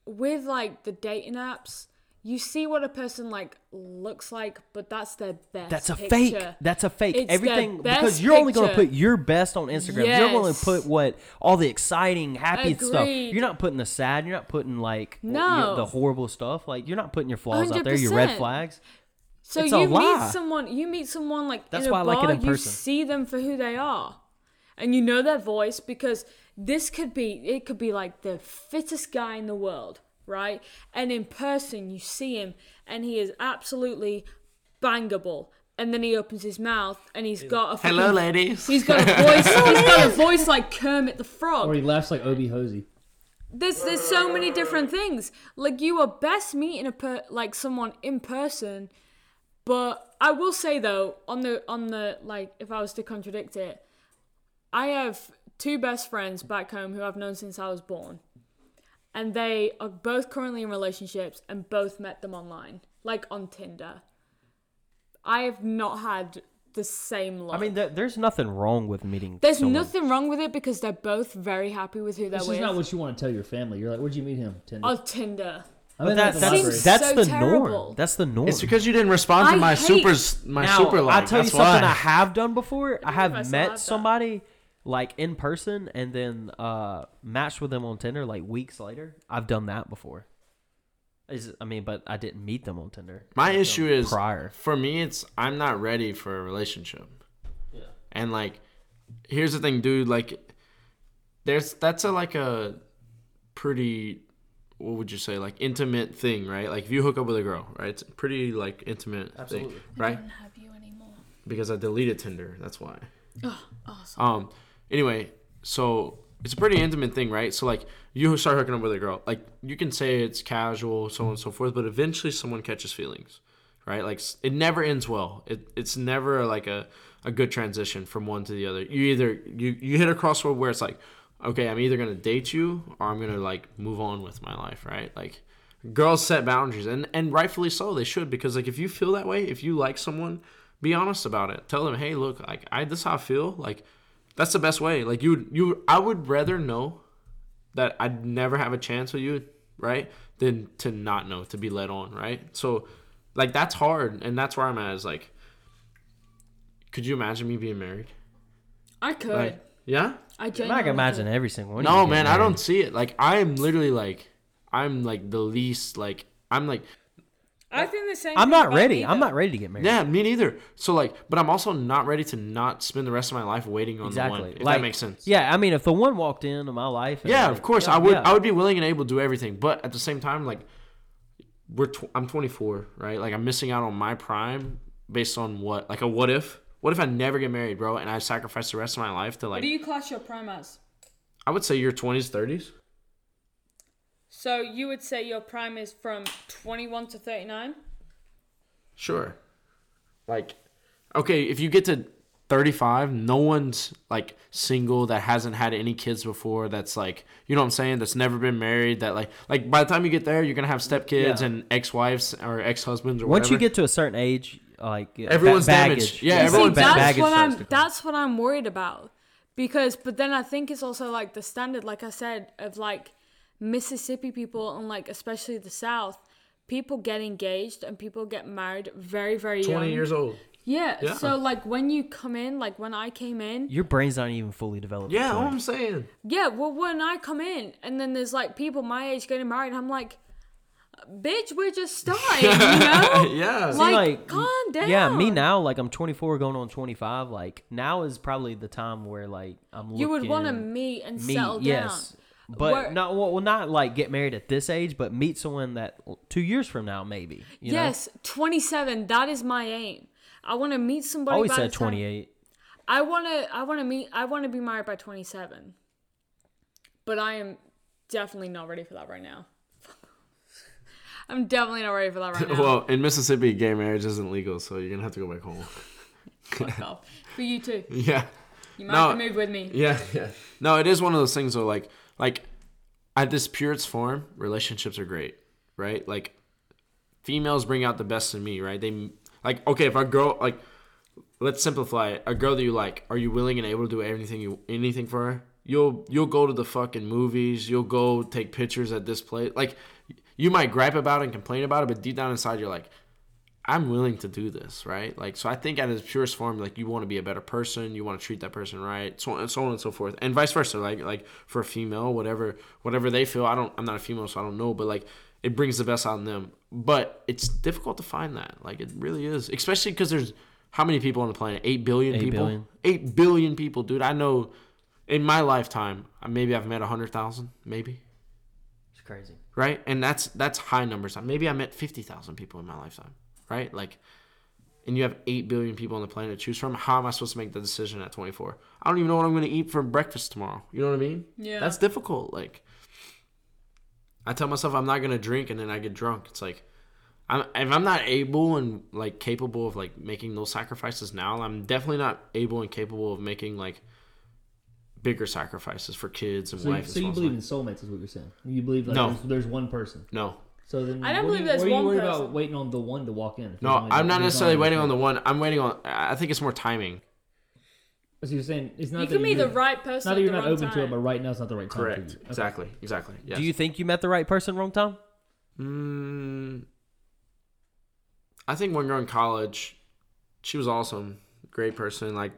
with like the dating apps, you see what a person like looks like, but that's their best.
That's a fake.
picture.
That's a fake.
It's the
Everything
best
because you're only going to
picture.
put your best on Instagram. You're going to
Yes.
put what all the exciting, happy stuff.
Agreed.
You're not putting the sad. You're not putting like w- you
No.
know, the horrible stuff. Like you're not putting your flaws out there. Your red
100%.
flags.
So
It's a
you
lie.
meet someone, you meet someone like
That's
in a
why I
bar,
like it in
you
person.
see them for who they are, and you know their voice because this could be it could be like the fittest guy in the world, right? And in person, you see him, and he is absolutely bangable. And then he opens his mouth, and he's got a fucking,
Hello, ladies.
He's got a voice. he's got a voice like Kermit the Frog.
Or he laughs like Obi Hosey.
There's there's so many different things. Like you are best meeting a per- like someone in person, but I will say though on the on the like if I was to contradict it, I have two best friends back home who I've known since I was born, and they are both currently in relationships and both met them online, like on Tinder. I have not had the same look.
I mean, there, there's nothing wrong with meeting.
there's
someone.
nothing wrong with it because they're both very happy with who they're
This is
with.
not what you want to tell your family. You're like, where'd you meet him? Tinder.
on Tinder.
I
But
met him at
that,
the
that's
library.
Seems
that's
so
the
terrible.
norm. That's the norm.
It's because you didn't respond to
I
my
hate-
supers, my
now,
super like.
I'll tell you
That's
something I
why.
have done before. I
know if
have
I still have
met
that.
somebody like in person and then uh matched with them on Tinder like weeks later. I've done that before. Is I mean, but I didn't meet them on Tinder.
My
I met them
issue is
um, prior.
for me. It's I'm not ready for a relationship.
Yeah.
And like, here's the thing, dude. Like, there's that's a like a pretty what would you say like intimate thing, right? Like if you hook up with a girl, right? It's a pretty like intimate
Absolutely.
thing, right?
have you anymore.
Because I deleted Tinder. That's why.
Oh, awesome.
Um. Anyway, so it's a pretty intimate thing, right? So like, you start hooking up with a girl. Like, you can say it's casual, so on and so forth, but eventually someone catches feelings, right? Like, s- it never ends well. It, it's never like a, a good transition from one to the other. You either you you hit a crossroad where it's like, okay, I'm either gonna date you or I'm gonna like move on with my life, right? Like. Girls set boundaries, and, and rightfully so. They should because like if you feel that way, if you like someone, be honest about it. Tell them, hey, look, like I this is how I feel. Like that's the best way. Like you, you, I would rather know that I'd never have a chance with you, right? Than to not know, to be led on, right? So, like that's hard, and that's where I'm at. Is like, could you imagine me being married?
I could.
Like, yeah.
I
I
genuinely
can imagine
could.
every single one. of you
No,
get
man, I
married.
don't see it. Like I am literally like, I'm like the least like I'm like
I think the same.
I'm
thing
not
about
ready.
me,
I'm
though.
not ready to get married.
yeah, me neither. So like, but I'm also not ready to not spend the rest of my life waiting on
exactly.
the one. If
like,
that makes sense.
Yeah, I mean, if the one walked into my life, and
Yeah,
like-
of course. I would.
yeah.
I would be willing and able to do everything, but at the same time, like we're. Tw- I'm 24, right? Like I'm missing out on my prime based on what? Like a what if? What if I never get married, bro, and I sacrifice the rest of my life to
What
like?
do you class your prime as?
I would say your 20s, 30s.
So you would say your prime is from 21 to 39?
Sure. Like, okay, if you get to 35, no one's like single that hasn't had any kids before. That's like, you know what I'm saying? That's never been married. That like, like by the time you get there, you're gonna have stepkids
Yeah.
and ex-wives or ex-husbands or
Once
whatever.
you get to a certain age, like yeah, ba-
Everyone's damaged.
baggage.
Yeah,
Ba-
everyone's
See, that's
baggage
what
starts
I'm.
to come.
That's what I'm worried about, because but then I think it's also like the standard, like I said, of like Mississippi people and like especially the South, people get engaged and people get married very very
20
young.
years old.
Yeah,
Yeah.
So like when you come in, like when I came in,
Your brain's not even fully developed.
Yeah,
at
all
20.
I'm saying.
yeah. Well, when I come in, and then there's like people my age getting married, I'm like, bitch, we're just starting, you know?
yeah.
See,
Like, calm down.
Yeah, me now, like I'm 24, going on 25. Like now is probably the time where like I'm. Looking,
You would want to meet and settle
yes,
down.
but
Where-
not well, well, not like get married at this age, but meet someone that two years from now maybe. You know?
yes, 27. That is my aim. I want to meet
I
somebody.
always
by
said
the time-
28.
I want to. I want to meet. I want to be married by 27. But I am definitely not ready for that right now. I'm definitely not ready for that right now.
Well, in Mississippi, gay marriage isn't legal, so you're gonna have to go back home.
Fuck off. For you too.
yeah,
You might
No.
have to move with me.
yeah, yeah. No, it is one of those things though. Like, like at this purest form, relationships are great, right? Like, females bring out the best in me, right? They like okay, if a girl like, let's simplify it. A girl that you like, are you willing and able to do anything you anything for her? You'll you'll go to the fucking movies. You'll go take pictures at this place. Like, you might gripe about it and complain about it, but deep down inside, you're like, I'm willing to do this, right? Like, so I think at its purest form, like you want to be a better person, you want to treat that person right, so on, so on and so forth, and vice versa. Like, like for a female, whatever, whatever they feel, I don't, I'm not a female, so I don't know, but like it brings the best out in them. But it's difficult to find that, like it really is, especially because there's how many people on the planet? Eight billion
Eight
people.
billion.
Eight billion people, dude. I know, in my lifetime, uh, maybe I've met a hundred thousand, maybe
It's crazy.
right? And that's that's high numbers. Maybe I met fifty thousand people in my lifetime, right? Like, and you have eight billion people on the planet to choose from. How am I supposed to make the decision at twenty four? I don't even know what I'm going to eat for breakfast tomorrow. You know what I mean?
Yeah.
That's difficult. Like, I tell myself I'm not going to drink, and then I get drunk. It's like. I'm, if I'm not able and like capable of like making those sacrifices now, I'm definitely not able and capable of making like bigger sacrifices for kids and
So, you,
wife.
so you
and
believe in soulmates is what you're saying? You believe like
No.
there's, there's one person.
no,
So then,
I don't
what
believe
are you,
there's
what are you
one
worried about
person.
waiting on the one to walk in? If there's
No, I'm
only one-
not
there's
necessarily
only
waiting
one
on the one. I'm waiting on. I think it's more timing.
So you're saying it's not
you
that
can be
you're-
the right person.
Not that
at
you're
the
not
wrong
open to it,
time.
but right now it's not the right time.
Correct.
For you.
Exactly. Exactly. Yes.
Do you think you met the right person wrong time?
Mm, I think one girl in college, she was awesome, great person. Like,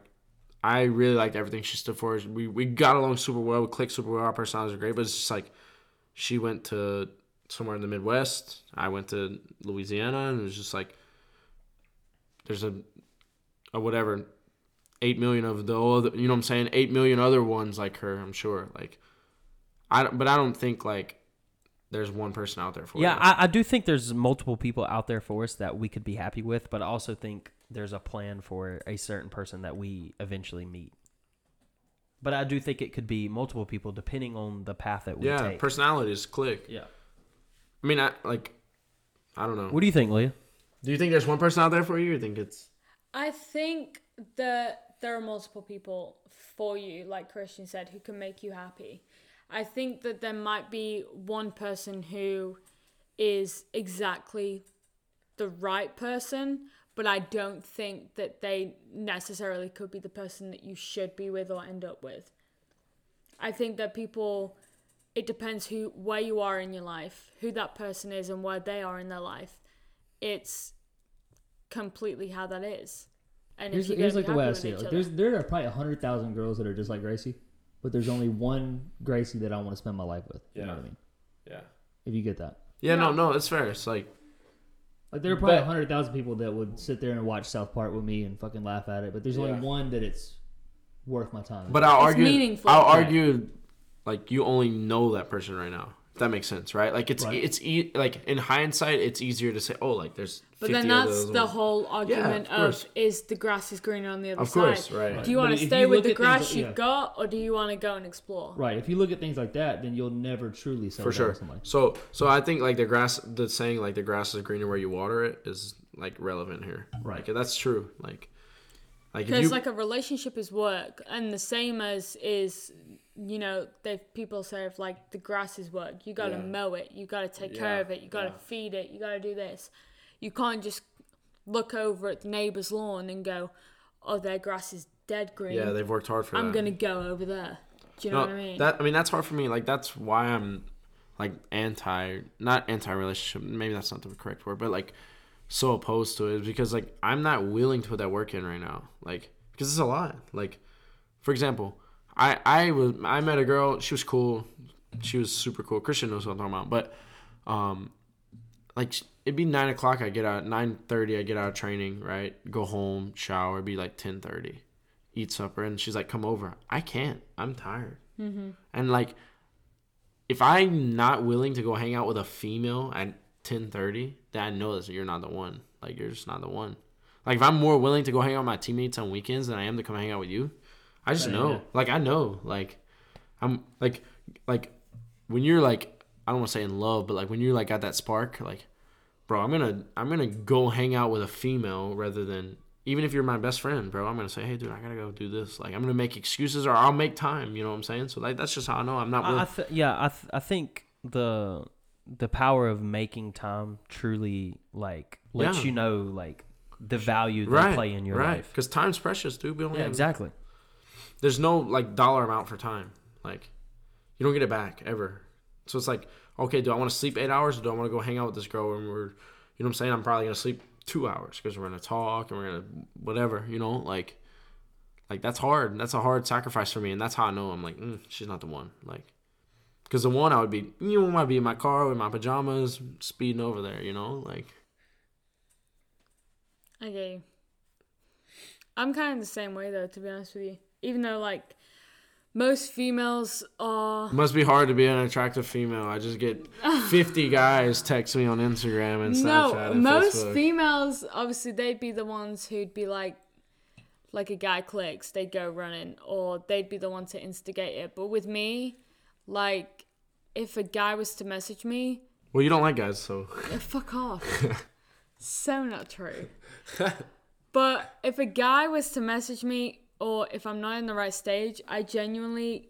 I really liked everything she stood for. We we got along super well. We clicked super well. Our personalities were great. But it's just like, she went to somewhere in the Midwest. I went to Louisiana, and it was just like, there's a, a whatever, eight million of the other. You know what I'm saying? Eight million other ones like her. I'm sure. Like, I don't- but I don't think like. There's one person out there for
Yeah,
you.
I, I do think there's multiple people out there for us that we could be happy with, but I also think there's a plan for a certain person that we eventually meet. But I do think it could be multiple people depending on the path that we
yeah,
take.
personalities click.
yeah.
I mean, I like, I don't know.
What do you think, Leah?
do you think there's one person out there for you? Or think it's
I think that there are multiple people for you, like Christian said, who can make you happy. I think that there might be one person who is exactly the right person, but I don't think that they necessarily could be the person that you should be with or end up with. I think that people it depends who where you are in your life, who that person is and where they are in their life. It's completely how that is. And
Here's,
if
here's
you're
like
gonna
the way
be
I
happy
see it.
with
Like,
each
there's
other.
there are probably hundred thousand girls that are just like Gracie, but there's only one Gracie that I want to spend my life with. You know
Yeah.
what I mean?
yeah,
If you get that,
yeah. No,
Yeah.
no, it's fair. It's like
like there are probably
But-
hundred thousand people that would sit there and watch South Park with me and fucking laugh at it, but there's only
Yeah.
one that it's worth my time.
But I'll
It's
argue.
meaningful.
I'll
Right.
argue, like you only know that person right now. If that makes sense, right? Like it's
Right.
it's e- like in hindsight, it's easier to say, oh, like there's.
But
50
then
of
that's
those
the
ones.
whole argument
course.
of is the grass is greener on the other
Of course,
side.
right.
Do you want
But
to
if
stay
you
with
look
the
at things
grass
like-
you've
yeah.
got, or do you want to go and explore?
right, if you look at things like that, then you'll never truly say
for
that to
sure.
somebody.
So so I think like the grass, the saying like the grass is greener where you water it is like relevant here.
Right.
Like, that's true. Like, like if
Because
you
like a relationship is work, and the same as is, you know, they people say of like the grass is work. You gotta
Yeah.
mow it. You gotta take
Yeah,
care of it. You gotta
yeah.
feed it. You gotta do this. You can't just look over at the neighbor's lawn and go, "Oh, their grass is dead green.
yeah, they've worked hard for.
I'm
that.
gonna go over there." Do you know what I mean?
That I mean that's hard for me. Like that's why I'm like anti not anti relationship, maybe that's not the correct word, but like so opposed to it is because like I'm not willing to put that work in right now. Like because it's a lot. Like for example, I I was I met a girl, she was cool. She was super cool. Christian knows what I'm talking about, but um like it'd be nine o'clock. I get out nine thirty. I get out of training, right? Go home, shower. It'd be like ten thirty, eat supper, and she's like, "Come over." I can't. I'm tired.
Mm-hmm.
And like, if I'm not willing to go hang out with a female at ten thirty, then I know that you're not the one. Like you're just not the one. Like if I'm more willing to go hang out with my teammates on weekends than I am to come hang out with you, I just
Right,
know.
yeah.
Like I know. Like I'm like like when you're like I don't want to say in love, but like when you like got that spark, like bro, I'm gonna I'm gonna go hang out with a female rather than even if you're my best friend, bro. I'm gonna say, hey, dude, I gotta go do this. Like I'm gonna make excuses or I'll make time. You know what I'm saying? So like that's just how I know I'm not.
I, I
Really,
th- yeah, I th- I think the the power of making time truly like lets
Yeah.
you know like the value they
right,
play in your
right,
life.
because time's precious, dude. We only
Yeah,
have-
exactly.
There's no like dollar amount for time. Like you don't get it back ever. So it's like, okay, do I want to sleep eight hours or do I want to go hang out with this girl and we're, you know what I'm saying? I'm probably gonna sleep two hours because we're gonna talk and we're gonna whatever. You know, like. Like that's hard. That's a hard sacrifice for me, and that's how I know I'm like, mm, she's not the one. Like, because the one I would be, you know, I might be in my car with my pajamas, speeding over there. You know, like,
Okay. I'm kind of the same way though, to be honest with you. Even though like most females are
must be hard to be an attractive female. I just get 50 guys text me on Instagram and Snapchat
no,
and
most
Facebook.
females obviously they'd be the ones who'd be like like a guy clicks, they'd go running or they'd be the one to instigate it. But with me, like if a guy was to message me,
well, you don't like guys, so
Yeah, Uh, Fuck off. so not true. but if a guy was to message me, or if I'm not in the right stage, I genuinely,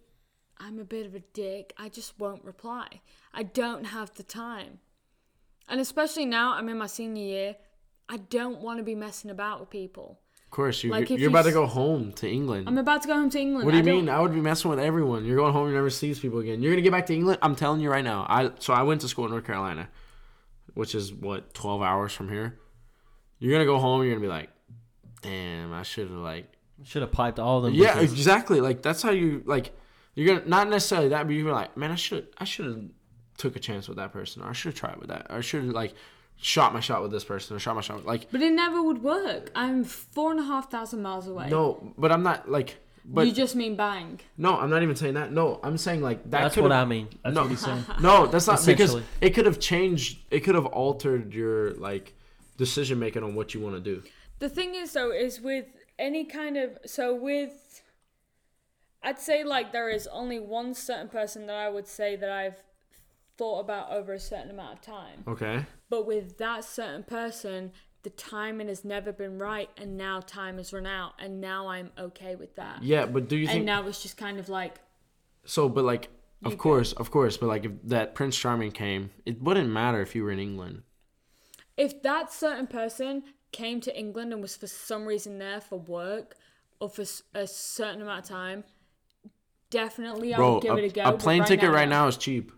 I'm a bit of a dick. I just won't reply. I don't have the time. And especially now, I'm in my senior year. I don't want to be messing about with people.
Of course, you,
Like,
you're,
if
you're
you
about to
s-
go home to England.
I'm about to go home to England.
What do you
I don't-
mean? I would be messing with everyone. You're going home. You never see these people again. You're gonna get back to England. I'm telling you right now. I so I went to school in North Carolina, which is what 12 hours from here. You're gonna go home. You're gonna be like, damn, I should have like.
Should have piped all them.
Yeah,
bitches.
exactly. Like that's how you like. You're gonna not necessarily that, but you're like, man, I should I should have took a chance with that person, or I should have tried with that, or I should have like shot my shot with this person, or shot my shot with like.
But it never would work. I'm four and a half thousand miles away.
No, but I'm not like. But
you just mean bang.
no, I'm not even saying that. No, I'm saying like that.
That's
could've-
what I mean.
That's
No.
what he's saying.
No, that's not because
Essentially.
it could have changed. It could have altered your like decision making on what you want to do.
The thing is, though, is with any kind of so with, I'd say like there is only one certain person that I would say that I've thought about over a certain amount of time.
Okay.
But with that certain person, the timing has never been right, and now time has run out, and now I'm okay with that.
Yeah, but do you
and
think
now it's just kind of like
so? But like,
You
of
go.
course, of course. But like, if that Prince Charming came, it wouldn't matter if you were in England.
if that certain person came to England and was for some reason there for work or for s- a certain amount of time, definitely I
Bro,
would give
a,
it a go.
a
but
plane ticket right now is cheap.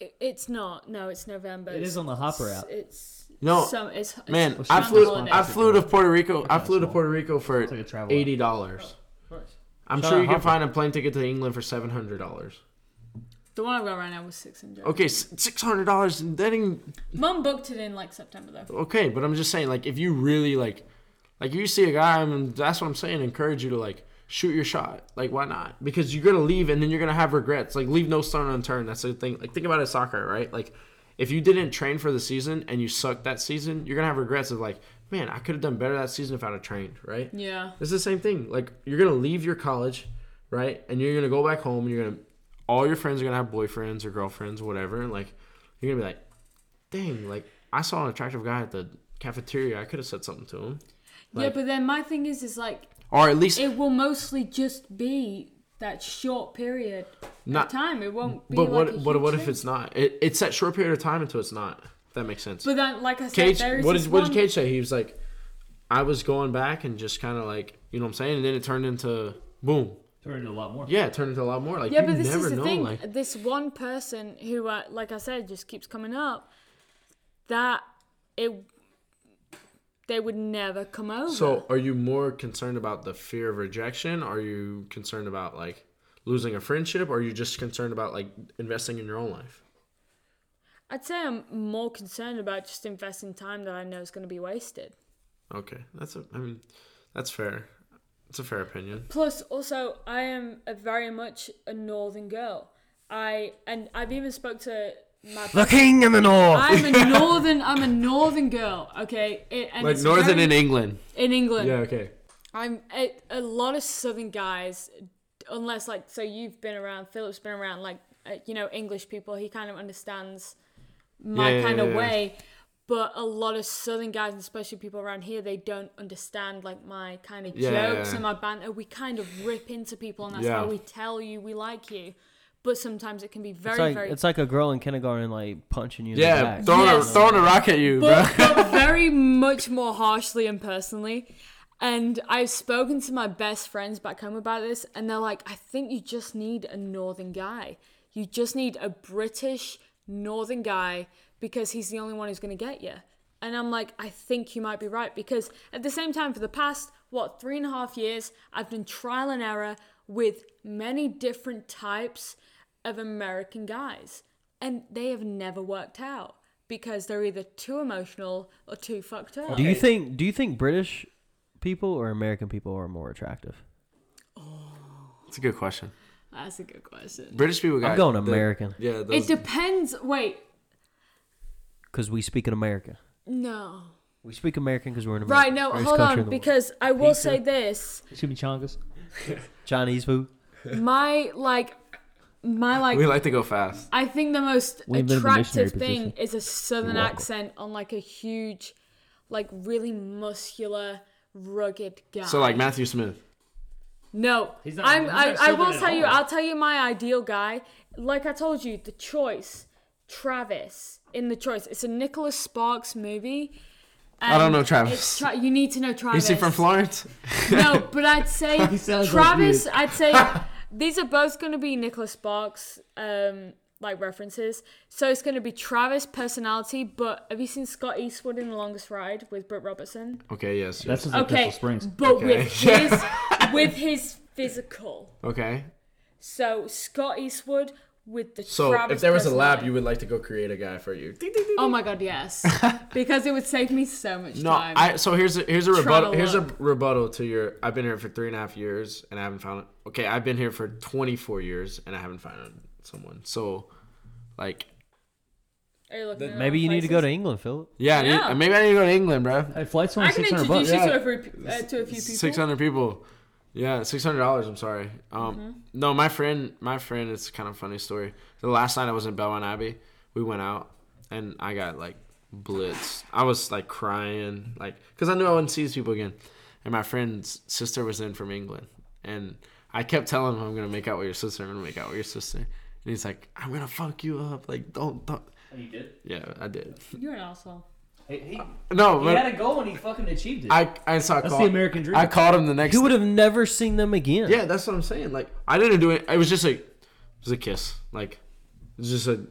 it- it's not. No, it's November.
It is on the Hopper app.
It's
No,
so it's it's
Man,
it's
I
not
flew.
holiday.
I flew to Puerto Rico. I
not
flew to
small.
Puerto Rico for
like a travel app.
eighty dollars. I'm
Shout
sure
out
you can
Hopper.
find a plane ticket to England for seven hundred dollars.
the one I've got right now was six hundred.
Okay, six hundred dollars. That ain't
Mum booked it in like September though.
okay, but I'm just saying, like, if you really like, like, you see a guy, and that's what I'm saying. Encourage you to like shoot your shot. Like, why not? Because you're gonna leave, and then you're gonna have regrets. Like, leave no stone unturned. That's the thing. Like, think about it, soccer, right? Like, if you didn't train for the season and you sucked that season, you're gonna have regrets of like, man, I could have done better that season if I'd have trained, right?
Yeah.
It's the same thing. Like you're gonna leave your college, right? And you're gonna go back home. And you're gonna all your friends are gonna have boyfriends or girlfriends or whatever, and like you're gonna be like, dang, like I saw an attractive guy at the cafeteria. I could have said something to him,
yeah,
Like-
but then my thing is is like
or at least
it will mostly just be that short period
Not-
of time. It won't be
but
like
what?
a
but
huge
what if
thing.
it's not? It, it's that short period of time until it's not. If that makes sense.
But then, like I said,
Cage,
there is
what
this
did what did
one-
Cage say? He was like, I was going back and just kind of like you know what I'm saying, and then it turned into boom.
Turned into a lot more.
Yeah, it turned into a lot more. Like
Yeah,
you
but this
never
is the
know.
thing.
Like
This one person who, uh, like I said, just keeps coming up. That it, they would never come over.
So, are you more concerned about the fear of rejection? Are you concerned about like losing a friendship? Or are you just concerned about like investing in your own life?
I'd say I'm more concerned about just investing time that I know is going to be wasted.
Okay, that's a. I mean, that's fair. It's a fair opinion.
Plus, also, I am a very much a northern girl. I and I've even spoke to my.
The king in the north.
I'm a northern. I'm a northern girl. Okay, it, and
Like
it's
northern
very-
in England.
in England.
Okay.
I'm a, a lot of Southern guys, unless like so you've been around, Philip's been around, like uh, you know English people. He kind of understands my
Yeah, yeah,
kind of
yeah, yeah.
way, but a lot of Southern guys, and especially people around here, they don't understand like my kind of
Yeah, yeah,
jokes
yeah.
and my banter. We kind of rip into people, and that's
Yeah.
how we tell you we like you. But sometimes it can be very,
it's like
very
it's like a girl in kindergarten like punching you. In the
Yeah,
back.
throwing
Yes.
a throwing a rock at you, bro.
but, but very much more harshly and personally. And I've spoken to my best friends back home about this, and they're like, I think you just need a northern guy. You just need a British northern guy because he's the only one who's going to get you. And I'm like, I think you might be right because at the same time, for the past, what, three and a half years, I've done trial and error with many different types of American guys, and they have never worked out because they're either too emotional or too fucked up.
Do you think do you think British people or American people are more attractive?
It's a good question.
That's a good question.
British people got.
I'm going
the-
American
Yeah,
It
those,
depends. Wait,
because we speak in America.
no.
We speak American because we're in America.
Right, no,
Greatest
hold
country in the
on,
world.
because I will say this:
Chimichangas.
Chinese food.
my like, my like,
we like to go fast.
I think the most
We invented the missionary
attractive thing
position.
is a southern
You're welcome.
accent on like a huge, like really muscular, rugged guy.
So like Matthew Smith.
No,
He's not-
I'm,
he's
I,
not
I
Southern
will
at
tell you.
all.
I'll tell you my ideal guy. Like I told you, the choice Travis in The Choice. It's a Nicholas Sparks movie.
I don't
Um,
know Travis.
It's tra- you need to know Travis.
Is he from Florence?
No, but I'd say
He sounds like
Travis.
you.
I'd say these are both going to be Nicholas Sparks um, like references. So it's going to be Travis personality. But have you seen Scott Eastwood in The Longest Ride with Britt Robertson?
Okay, yes. yes.
That's just like
Okay,
Crystal Springs.
but
Okay.
with his with his physical.
Okay.
So Scott Eastwood with the
So
Travis
if there was a lab,
personality.
you would like to go create a guy for you.
Oh my god, yes, because it would save me so much
No,
time.
I. So here's a here's a
Try
rebuttal.
to
Here's a
look.
rebuttal to your. I've been here for three and a half years and I haven't found it. Okay, I've been here for 24 years and I haven't found someone. So, like,
Are you looking it up
Maybe you need to go to
places?
England, Philip.
yeah, I need-
Yeah.
maybe I need to go to England, bro.
Hey, flight's only
I can
six hundred
introduce
bucks.
you
yeah.
to, a few, uh, to a few people.
Six hundred people. Yeah, six hundred dollars. I'm sorry. Um,
Mm-hmm.
no, my friend, my friend. It's kind of a funny story. The last night I was in Belmont Abbey, we went out, and I got like blitzed. I was like crying, like because I knew I wouldn't see these people again. And my friend's sister was in from England, and I kept telling him, "I'm gonna make out with your sister. I'm gonna make out with your sister." And he's like, "I'm gonna fuck you up. Like, don't." don't.
He did.
Yeah, I did.
You're an asshole.
He, he,
No, but
a goal and he fucking achieved it.
I I saw.
That's the American dream.
I called him the next.
you would have never seen them again.
Yeah, that's what I'm saying. Like I didn't do it. It was just like it was a kiss. Like it was just a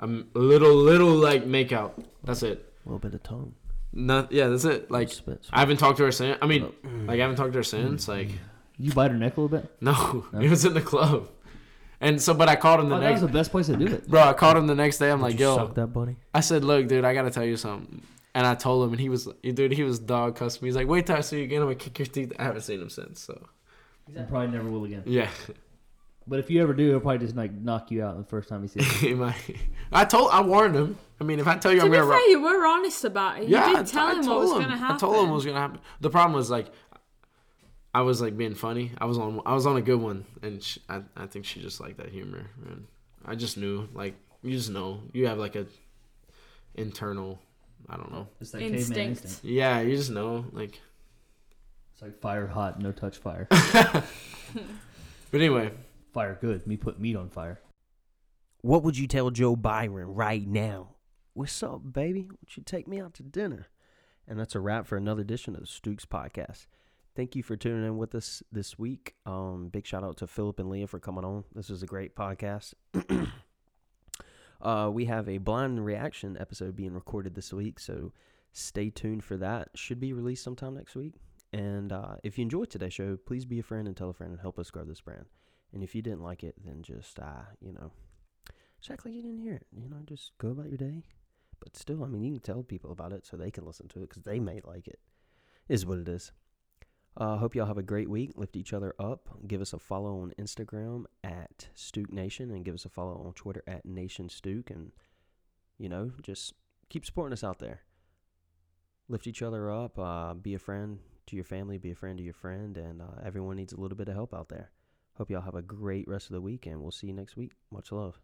a m- little little like make out. That's it.
A little bit of tone.
Not yeah, that's it. Like
Spit, spit.
I haven't talked to her since. I mean, like I haven't talked to her since. Like
You bite her neck a little bit.
no, it was in the club. And so, but I called him the
Oh, that was
next.
the best place to do it.
Bro, I called him the next day. I'm like,
Did
yo,
you suck that bunny.
I said, look, dude, I gotta tell you something. And I told him, and he was, dude, he was dog cussing me. He's like, wait till I see you again. I'm gonna kick your teeth. I haven't seen him since. So
You probably never will again.
yeah,
But if you ever do, he'll probably just like knock you out the first time he sees you.
He might- I told, I warned him. I mean, if I tell you,
To
I'm
be
gonna. ru-
fair, you were honest about it. You
Yeah, I
did
t-
tell
I
him what
told
was
him.
going to happen.
I told him what was gonna happen. The problem was like, I was like being funny. I was on, I was on a good one, and she, I, I think she just liked that humor. And I just knew, like, you just know, you have like a internal, I don't know.
It's that
Instinct.
caveman instinct.
Yeah, you just know, like.
It's like fire hot, no touch fire.
But anyway,
fire good. Me put meat on fire.
What would you tell Joe Byron right now? What's up, baby? Would you take me out to dinner? And that's a wrap for another edition of the Stooks Podcast. Thank you for tuning in with us this week. Um, big shout out to Philip and Leah for coming on. This is a great podcast. uh, we have a blind reaction episode being recorded this week, so stay tuned for that. Should be released sometime next week. And uh, if you enjoyed today's show, please be a friend and tell a friend and help us grow this brand. And if you didn't like it, then just uh, you know, just act like you didn't hear it. You know, just go about your day. But still, I mean, you can tell people about it so they can listen to it because they may like it. Is what it is. Uh, hope y'all have a great week. Lift each other up. Give us a follow on Instagram at Stook Nation and give us a follow on Twitter at Nation Stook. And you know, just keep supporting us out there. Lift each other up. Uh, be a friend to your family. Be a friend to your friend. And uh, everyone needs a little bit of help out there. Hope y'all have a great rest of the week, and we'll see you next week. Much love.